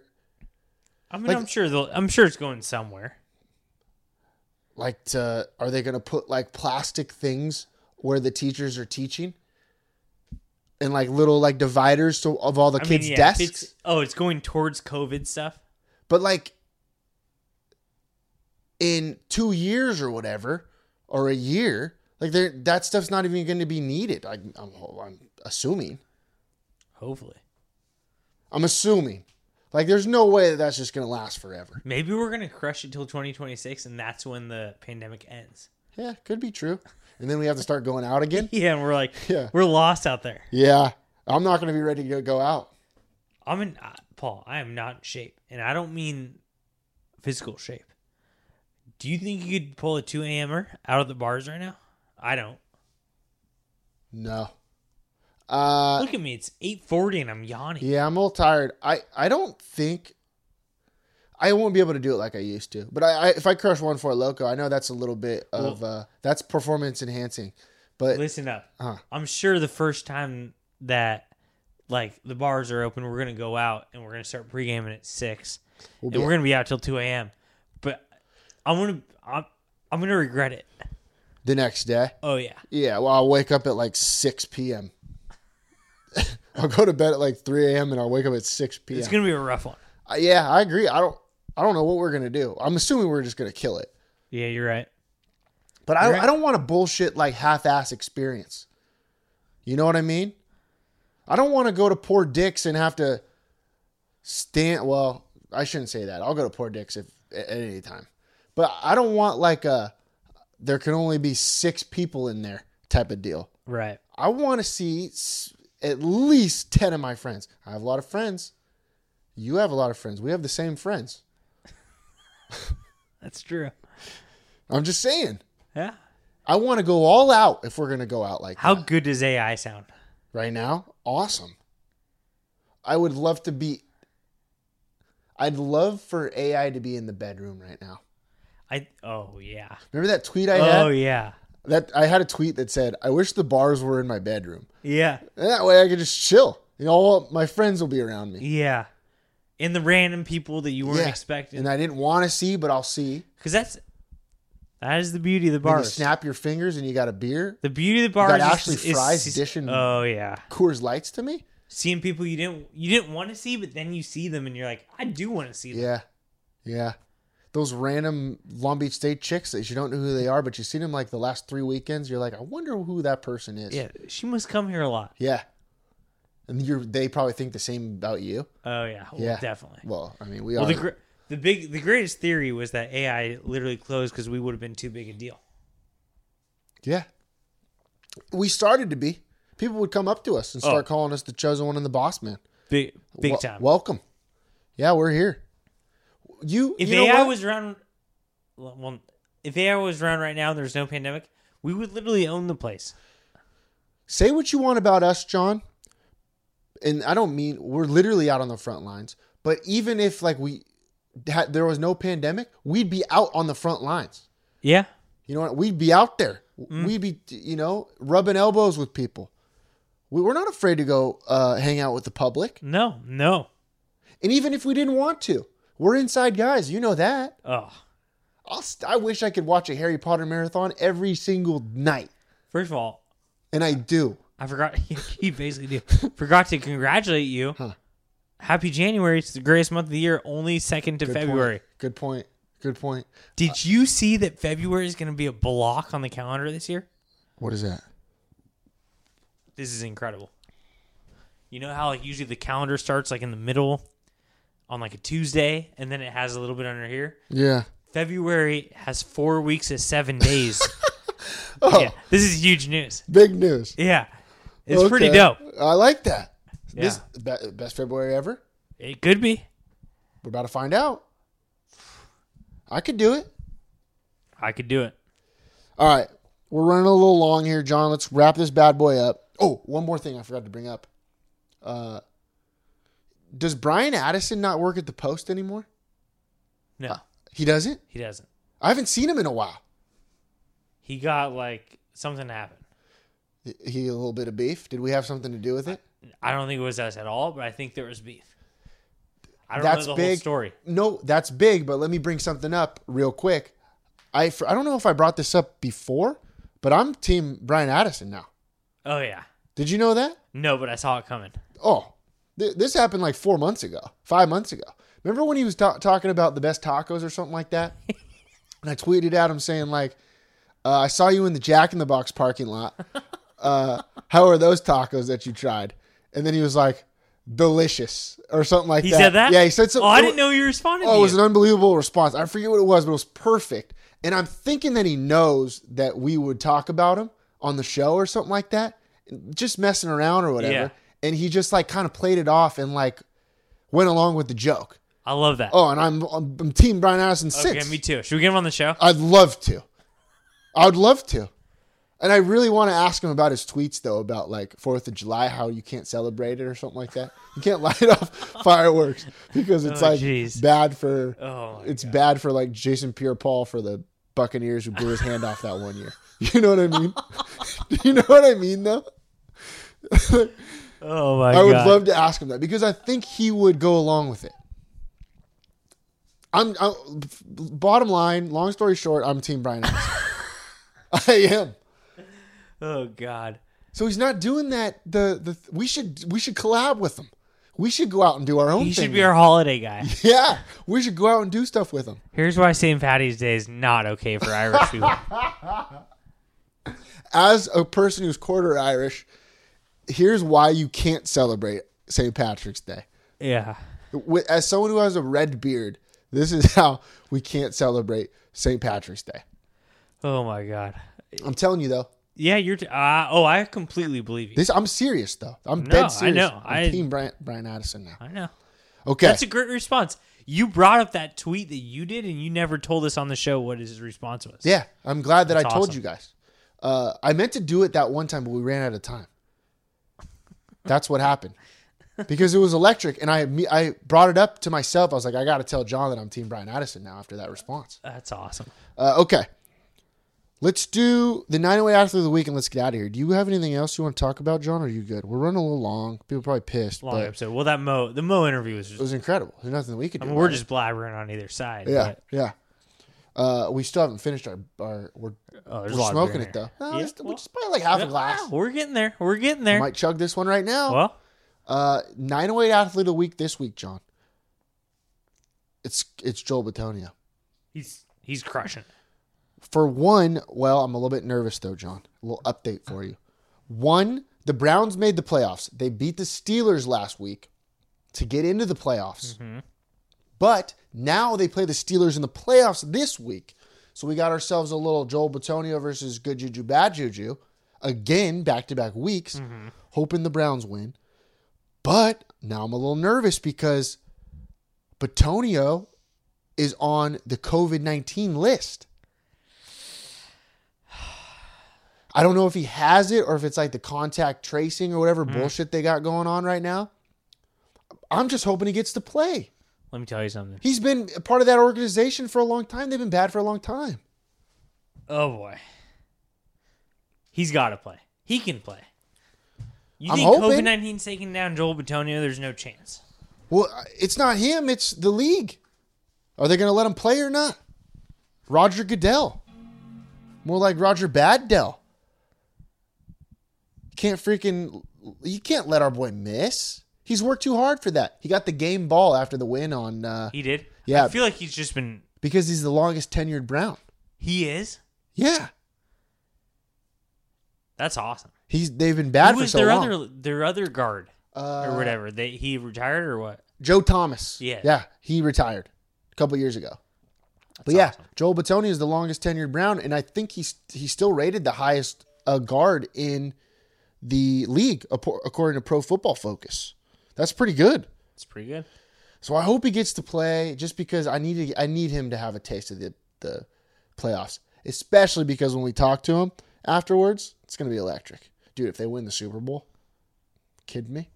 Speaker 2: I mean
Speaker 1: like-
Speaker 2: I'm sure they'll I'm sure it's going somewhere
Speaker 1: like, to, are they gonna put like plastic things where the teachers are teaching, and like little like dividers so of all the
Speaker 2: I mean,
Speaker 1: kids'
Speaker 2: yeah, if
Speaker 1: desks?
Speaker 2: it's, oh it's going towards COVID stuff
Speaker 1: But like, in two years or whatever, or a year, like there that stuff's not even going to be needed. Like, I'm, I'm assuming.
Speaker 2: hopefully
Speaker 1: I'm assuming. Like, there's no way that that's just gonna last forever.
Speaker 2: maybe we're going to crush it till 2026 and that's when the pandemic ends
Speaker 1: Yeah, could be true. And then we have to start going out again.
Speaker 2: yeah and we're like
Speaker 1: Yeah.
Speaker 2: we're lost out there
Speaker 1: Yeah, I'm not going to be ready to go out.
Speaker 2: I'm in uh, Paul. I am not in shape, and I don't mean physical shape. Do you think you could pull a two a.m.er out of the bars right now? I don't.
Speaker 1: No. Uh,
Speaker 2: Look at me. It's eight forty, and I'm yawning.
Speaker 1: yeah, I'm a little tired. I I don't think I won't be able to do it like I used to. But I, I if I crush one for a loco, I know that's a little bit of uh, that's performance enhancing. But
Speaker 2: Listen up.
Speaker 1: Huh.
Speaker 2: I'm sure the first time that like the bars are open, we're gonna go out and we're gonna start pregaming at 6 and
Speaker 1: be
Speaker 2: we're
Speaker 1: out.
Speaker 2: gonna be out till two a.m. But I'm gonna I'm, I'm gonna regret it.
Speaker 1: the next day,
Speaker 2: Oh yeah.
Speaker 1: yeah, well, I'll wake up at like 6 p.m. I'll go to bed at like 3 a.m. and I'll wake up at 6 p.m.
Speaker 2: it's gonna be a rough one.
Speaker 1: Uh, yeah, I agree. I don't I don't know what we're gonna do. I'm assuming we're just gonna kill it.
Speaker 2: Yeah, you're right.
Speaker 1: But I, I don't want a bullshit like half-ass experience. You know what I mean? I don't want to go to poor Dick's and have to stand. Well, I shouldn't say that. I'll go to poor Dick's if at any time. But I don't want like a there can only be six people in there type of deal.
Speaker 2: Right.
Speaker 1: I want to see s- at least ten of my friends. I have a lot of friends. You have a lot of friends. We have the same friends.
Speaker 2: That's true.
Speaker 1: I'm just saying.
Speaker 2: Yeah.
Speaker 1: I want to go all out if we're gonna go out like
Speaker 2: How
Speaker 1: that.
Speaker 2: good does AI sound?
Speaker 1: right now. Awesome. I would love to be. I'd love for AI to be in the bedroom right now.
Speaker 2: I oh yeah.
Speaker 1: Remember that tweet I
Speaker 2: oh
Speaker 1: had?
Speaker 2: yeah.
Speaker 1: That I had a tweet that said, "I wish the bars were in my bedroom.
Speaker 2: Yeah.
Speaker 1: And that way I could just chill. You know, all my friends will be around me.
Speaker 2: Yeah. And the random people that you weren't
Speaker 1: Yeah.
Speaker 2: expecting.
Speaker 1: And I didn't want to see, but I'll see.
Speaker 2: Because that's that is the beauty of the
Speaker 1: Bar. You
Speaker 2: bars.
Speaker 1: snap your fingers and you got a beer.
Speaker 2: the beauty of the bars
Speaker 1: got
Speaker 2: is,
Speaker 1: Ashley
Speaker 2: is-
Speaker 1: Fry's
Speaker 2: is-
Speaker 1: dishing-
Speaker 2: Oh yeah.
Speaker 1: Coors Lights to me.
Speaker 2: Seeing people you didn't you didn't want to see, but then you see them and you're like, I do want to see them.
Speaker 1: Yeah, yeah. Those random Long Beach State chicks that you don't know who they are, but you've seen them like the last three weekends. You're like, I wonder who that person is.
Speaker 2: Yeah. She must come here a lot.
Speaker 1: Yeah. And you're, they probably think the same about you.
Speaker 2: Oh yeah. Well,
Speaker 1: yeah,
Speaker 2: Definitely.
Speaker 1: Well, uh, I mean, we
Speaker 2: Well,
Speaker 1: are.
Speaker 2: the gr- the big the greatest theory was that AI literally closed because we would have been too big a deal.
Speaker 1: yeah, we started to be. People would come up to us and start
Speaker 2: Oh.
Speaker 1: calling us the chosen one and the boss man.
Speaker 2: Big big
Speaker 1: Wel-
Speaker 2: time.
Speaker 1: Welcome. Yeah, we're here. You.
Speaker 2: If
Speaker 1: you know
Speaker 2: AI
Speaker 1: what?
Speaker 2: was around, well, if AI was around right now and there's no pandemic, we would literally own the place.
Speaker 1: say what you want about us, John. And I don't mean we're literally out on the front lines, but even if like we had, there was no pandemic, we'd be out on the front lines.
Speaker 2: Yeah,
Speaker 1: You know what? We'd be out there.
Speaker 2: Mm.
Speaker 1: We'd be, you know, rubbing elbows with people. We, we're not afraid to go uh, hang out with the public.
Speaker 2: no, no.
Speaker 1: And even if we didn't want to, we're inside guys. You know that.
Speaker 2: Oh,
Speaker 1: I'll st- I wish I could watch a Harry Potter marathon every single night.
Speaker 2: first of all,
Speaker 1: and I do.
Speaker 2: I forgot. you basically do. Forgot to congratulate you. Happy January. It's the greatest month of the year, only second to
Speaker 1: Good point. Uh,
Speaker 2: February.
Speaker 1: Good point. Good point.
Speaker 2: Did you see that February is going to be a block on the calendar this year?
Speaker 1: What is that?
Speaker 2: This is incredible. You know how like usually the calendar starts like in the middle on like a Tuesday and then it has a little bit under here?
Speaker 1: Yeah.
Speaker 2: February has 4 weeks of 7 days.
Speaker 1: Oh,
Speaker 2: yeah. This is huge news.
Speaker 1: big news.
Speaker 2: Yeah. It's pretty
Speaker 1: Okay.
Speaker 2: dope.
Speaker 1: I like that.
Speaker 2: Yeah.
Speaker 1: This be- best February ever.
Speaker 2: it could be.
Speaker 1: We're about to find out. I could do it.
Speaker 2: I could do it.
Speaker 1: All right. We're running a little long here, John. Let's wrap this bad boy up. Oh, one more thing I forgot to bring up. Uh, does Brian Addison not work at the post anymore?
Speaker 2: No,
Speaker 1: He doesn't?
Speaker 2: he doesn't.
Speaker 1: I haven't seen him in a while.
Speaker 2: He got like something happened.
Speaker 1: He a little bit of beef. Did we have something to do with it?
Speaker 2: I don't think it was us at all, but I think there was beef. I don't
Speaker 1: That's
Speaker 2: know the whole
Speaker 1: big.
Speaker 2: story.
Speaker 1: No, that's big, but let me bring something up real quick. I I don't know if I brought this up before, but I'm team Brian Addison now.
Speaker 2: Oh yeah.
Speaker 1: Did you know that?
Speaker 2: No, but I saw it coming.
Speaker 1: Oh, th- this happened like four months ago, five months ago. Remember when he was ta- talking about the best tacos or something like that? and I tweeted at him saying like, uh, "I saw you in the Jack in the Box parking lot. Uh, how are those tacos that you tried?" And then he was like, "Delicious" or something like
Speaker 2: He
Speaker 1: that.
Speaker 2: said that?
Speaker 1: Yeah, he said something.
Speaker 2: Oh, I didn't know you responded
Speaker 1: Oh,
Speaker 2: to
Speaker 1: it was
Speaker 2: you.
Speaker 1: an unbelievable response. I forget what it was, but it was perfect. And I'm thinking that he knows that we would talk about him on the show or something like that, just messing around or whatever.
Speaker 2: Yeah.
Speaker 1: And he just like kind of played it off and like went along with the joke.
Speaker 2: I love that.
Speaker 1: Oh, and I'm I'm, I'm Team Brian Addison
Speaker 2: okay,
Speaker 1: six. Uh,
Speaker 2: me too. Should we get him on the show?
Speaker 1: I'd love to. I'd love to. And I really want to ask him about his tweets though about like Fourth of July, how you can't celebrate it or something like that. You can't light off fireworks because it's
Speaker 2: Oh,
Speaker 1: like
Speaker 2: jeez.
Speaker 1: bad for
Speaker 2: Oh, my
Speaker 1: it's bad for like Jason Pierre Paul for the Buccaneers who blew his hand off that one year. You know what I mean? Do you know what I mean though?
Speaker 2: oh my
Speaker 1: I would
Speaker 2: god.
Speaker 1: love to ask him that because I think he would go along with it. I'm, i bottom line. Long story short, I'm Team Brian. Anderson. I am.
Speaker 2: oh god.
Speaker 1: So he's not doing that. The the we should we should collab with him. We should go out and do our own.
Speaker 2: He should
Speaker 1: thing.
Speaker 2: be our holiday guy.
Speaker 1: yeah. We should go out and do stuff with him.
Speaker 2: Here's why St. Patty's Day is not okay for Irish people.
Speaker 1: As a person who's quarter Irish, here's why you can't celebrate St. Patrick's Day.
Speaker 2: Yeah.
Speaker 1: With, as someone who has a red beard, this is how we can't celebrate St. Patrick's Day.
Speaker 2: Oh my god.
Speaker 1: I'm telling you though.
Speaker 2: Yeah, you're. T- uh, oh, I completely believe you.
Speaker 1: This I'm serious though. I'm
Speaker 2: No, I
Speaker 1: dead serious.
Speaker 2: know.
Speaker 1: I'm
Speaker 2: I-
Speaker 1: team Brian, Brian Addison now.
Speaker 2: I know.
Speaker 1: Okay.
Speaker 2: That's a great response. You brought up that tweet that you did, and you never told us on the show what his response was.
Speaker 1: yeah, I'm glad that
Speaker 2: That's
Speaker 1: I told
Speaker 2: awesome.
Speaker 1: you guys. Uh, I meant to do it that one time, but we ran out of time. That's what happened because it was electric, and I me- I brought it up to myself. I was like, I got to tell John that I'm team Brian Addison now after that response.
Speaker 2: That's awesome.
Speaker 1: Uh, okay. Let's do the 908 after the week and let's get out of here. Do you have anything else you want to talk about, John? Or are you good? We're running a little long. People are probably pissed,
Speaker 2: Long
Speaker 1: but
Speaker 2: episode. Well, that Mo, the Mo interview was
Speaker 1: it
Speaker 2: just.
Speaker 1: was incredible. There's nothing that we could
Speaker 2: I
Speaker 1: do.
Speaker 2: mean,
Speaker 1: about
Speaker 2: we're
Speaker 1: it.
Speaker 2: just blabbering on either side.
Speaker 1: Yeah, yeah. Uh, we still haven't finished our, our we're,
Speaker 2: but- oh, there's a
Speaker 1: we're
Speaker 2: lot of
Speaker 1: smoking
Speaker 2: beer
Speaker 1: it
Speaker 2: in
Speaker 1: though.
Speaker 2: here.
Speaker 1: No,
Speaker 2: Yeah,
Speaker 1: just,
Speaker 2: well,
Speaker 1: we're just probably like half a
Speaker 2: yeah,
Speaker 1: glass.
Speaker 2: We're getting there. We're getting there.
Speaker 1: Might chug this one right now.
Speaker 2: well,
Speaker 1: uh, 908 athlete of the week this week, John. It's it's Joel Batonio.
Speaker 2: he's he's crushing. it.
Speaker 1: For one, well, I'm a little bit nervous though, John. A little update for you. One, the Browns made the playoffs. They beat the Steelers last week to get into the playoffs. But now they play the Steelers in the playoffs this week. So we got ourselves a little Joel Batonio versus Good Juju, Bad Juju. Again, back to back weeks, hoping the Browns win. But now I'm a little nervous because Batonio is on the COVID 19 list. I don't know if he has it or if it's like the contact tracing or whatever bullshit they got going on right now. I'm just hoping he gets to play.
Speaker 2: Let me tell you something.
Speaker 1: He's been a part of that organization for a long time. They've been bad for a long time.
Speaker 2: Oh boy, he's got to play. He can play. You
Speaker 1: I'm
Speaker 2: think
Speaker 1: hoping.
Speaker 2: COVID 19's taking down Joel Batonio? There's no chance.
Speaker 1: Well, it's not him, it's the league. Are they going to let him play or not? Roger Goodell. More like Roger Baddell. can't freaking you can't let our boy miss. He's worked too hard for that. He got the game ball after the win on uh,
Speaker 2: He did.
Speaker 1: Yeah.
Speaker 2: I feel like he's just been.
Speaker 1: because he's the longest tenured Brown.
Speaker 2: He is.
Speaker 1: Yeah,
Speaker 2: That's awesome.
Speaker 1: he's they've been bad
Speaker 2: Who
Speaker 1: for
Speaker 2: was
Speaker 1: so
Speaker 2: their
Speaker 1: long.
Speaker 2: other their other guard
Speaker 1: uh,
Speaker 2: or whatever? They he retired or what?
Speaker 1: Joe Thomas.
Speaker 2: Yeah.
Speaker 1: yeah, he retired a couple years ago. but yeah, Joel Batoni is the longest tenured Brown, and I think he's he's still rated the highest uh, guard in the league apo- according to Pro Football Focus. That's pretty good.
Speaker 2: It's pretty good.
Speaker 1: So I hope he gets to play just because I need to, I need him to have a taste of the the playoffs, especially because when we talk to him afterwards, it's going to be electric. Dude, if they win the Super Bowl, kid me?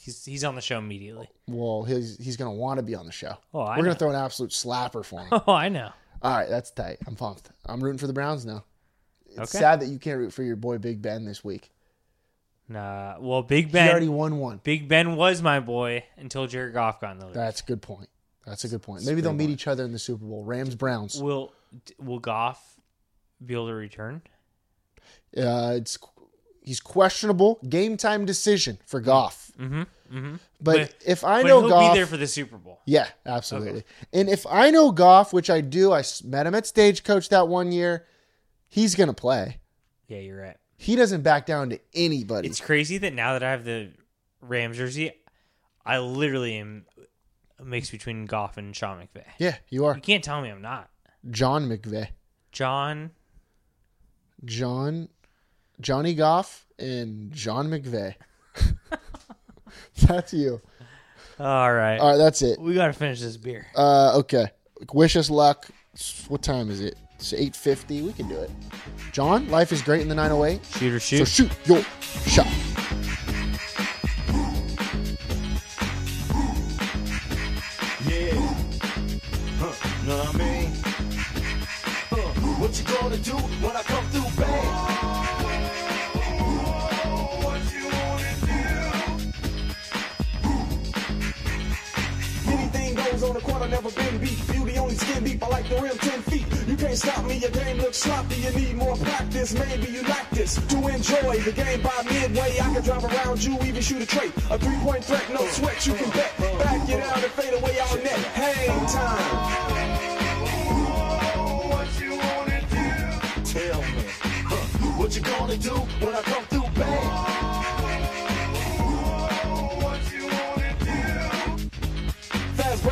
Speaker 2: He's he's on the show immediately.
Speaker 1: Well, he's he's going to want to be on the show.
Speaker 2: Oh, I
Speaker 1: We're
Speaker 2: know.
Speaker 1: going to throw an absolute slapper for him.
Speaker 2: Oh, I know.
Speaker 1: All right, that's tight. I'm pumped. I'm rooting for the Browns now. It's
Speaker 2: Okay.
Speaker 1: sad that you can't root for your boy Big Ben this week.
Speaker 2: Nah. Well, Big
Speaker 1: He
Speaker 2: Ben.
Speaker 1: already won one.
Speaker 2: Big Ben was my boy until Jared Goff got in the league.
Speaker 1: That's a good point. That's a good point. Maybe they'll meet each other in the Super Bowl. Rams Browns.
Speaker 2: Will will Goff be able to return?
Speaker 1: Uh, it's he's questionable. Game time decision for Goff. Mm-hmm. Mm-hmm. But,
Speaker 2: But-
Speaker 1: if I
Speaker 2: but
Speaker 1: know
Speaker 2: he'll
Speaker 1: Goff,
Speaker 2: be there for the Super Bowl.
Speaker 1: yeah, absolutely. And if I know Goff, which I do, I s- met him at Stagecoach that one year. He's gonna play.
Speaker 2: Yeah, you're right.
Speaker 1: He doesn't back down to anybody.
Speaker 2: It's crazy that now that I have the Rams jersey, I literally am a mix between Goff and Sean McVay.
Speaker 1: yeah, you are
Speaker 2: You can't tell me I'm not.
Speaker 1: John McVay.
Speaker 2: John
Speaker 1: John, Johnny Goff, and John McVay. that's you.
Speaker 2: All right.
Speaker 1: All right, that's it.
Speaker 2: We got to finish this beer.
Speaker 1: Uh, okay. Wish us luck. What time is it? It's eight fifty. We can do it. John, life is great in the nine oh eight.
Speaker 2: Shoot or
Speaker 1: So
Speaker 2: shoot.
Speaker 1: shoot your shot.
Speaker 6: Yeah. Huh, know what I mean? Uh, what you gonna do when I come through bang? What you wanna do? Anything goes on the court, I never been beat. Beauty only skin deep, I like the rim 10 feet. You can't stop me, your game looks sloppy. You need more practice, maybe you like this. To enjoy the game by midway, I can drive around you, even shoot a trait. A three point threat, no sweat, you can bet. Back it out and fade away all net. Hang time. Tell me, huh, what you gonna do when I come through bang? Fast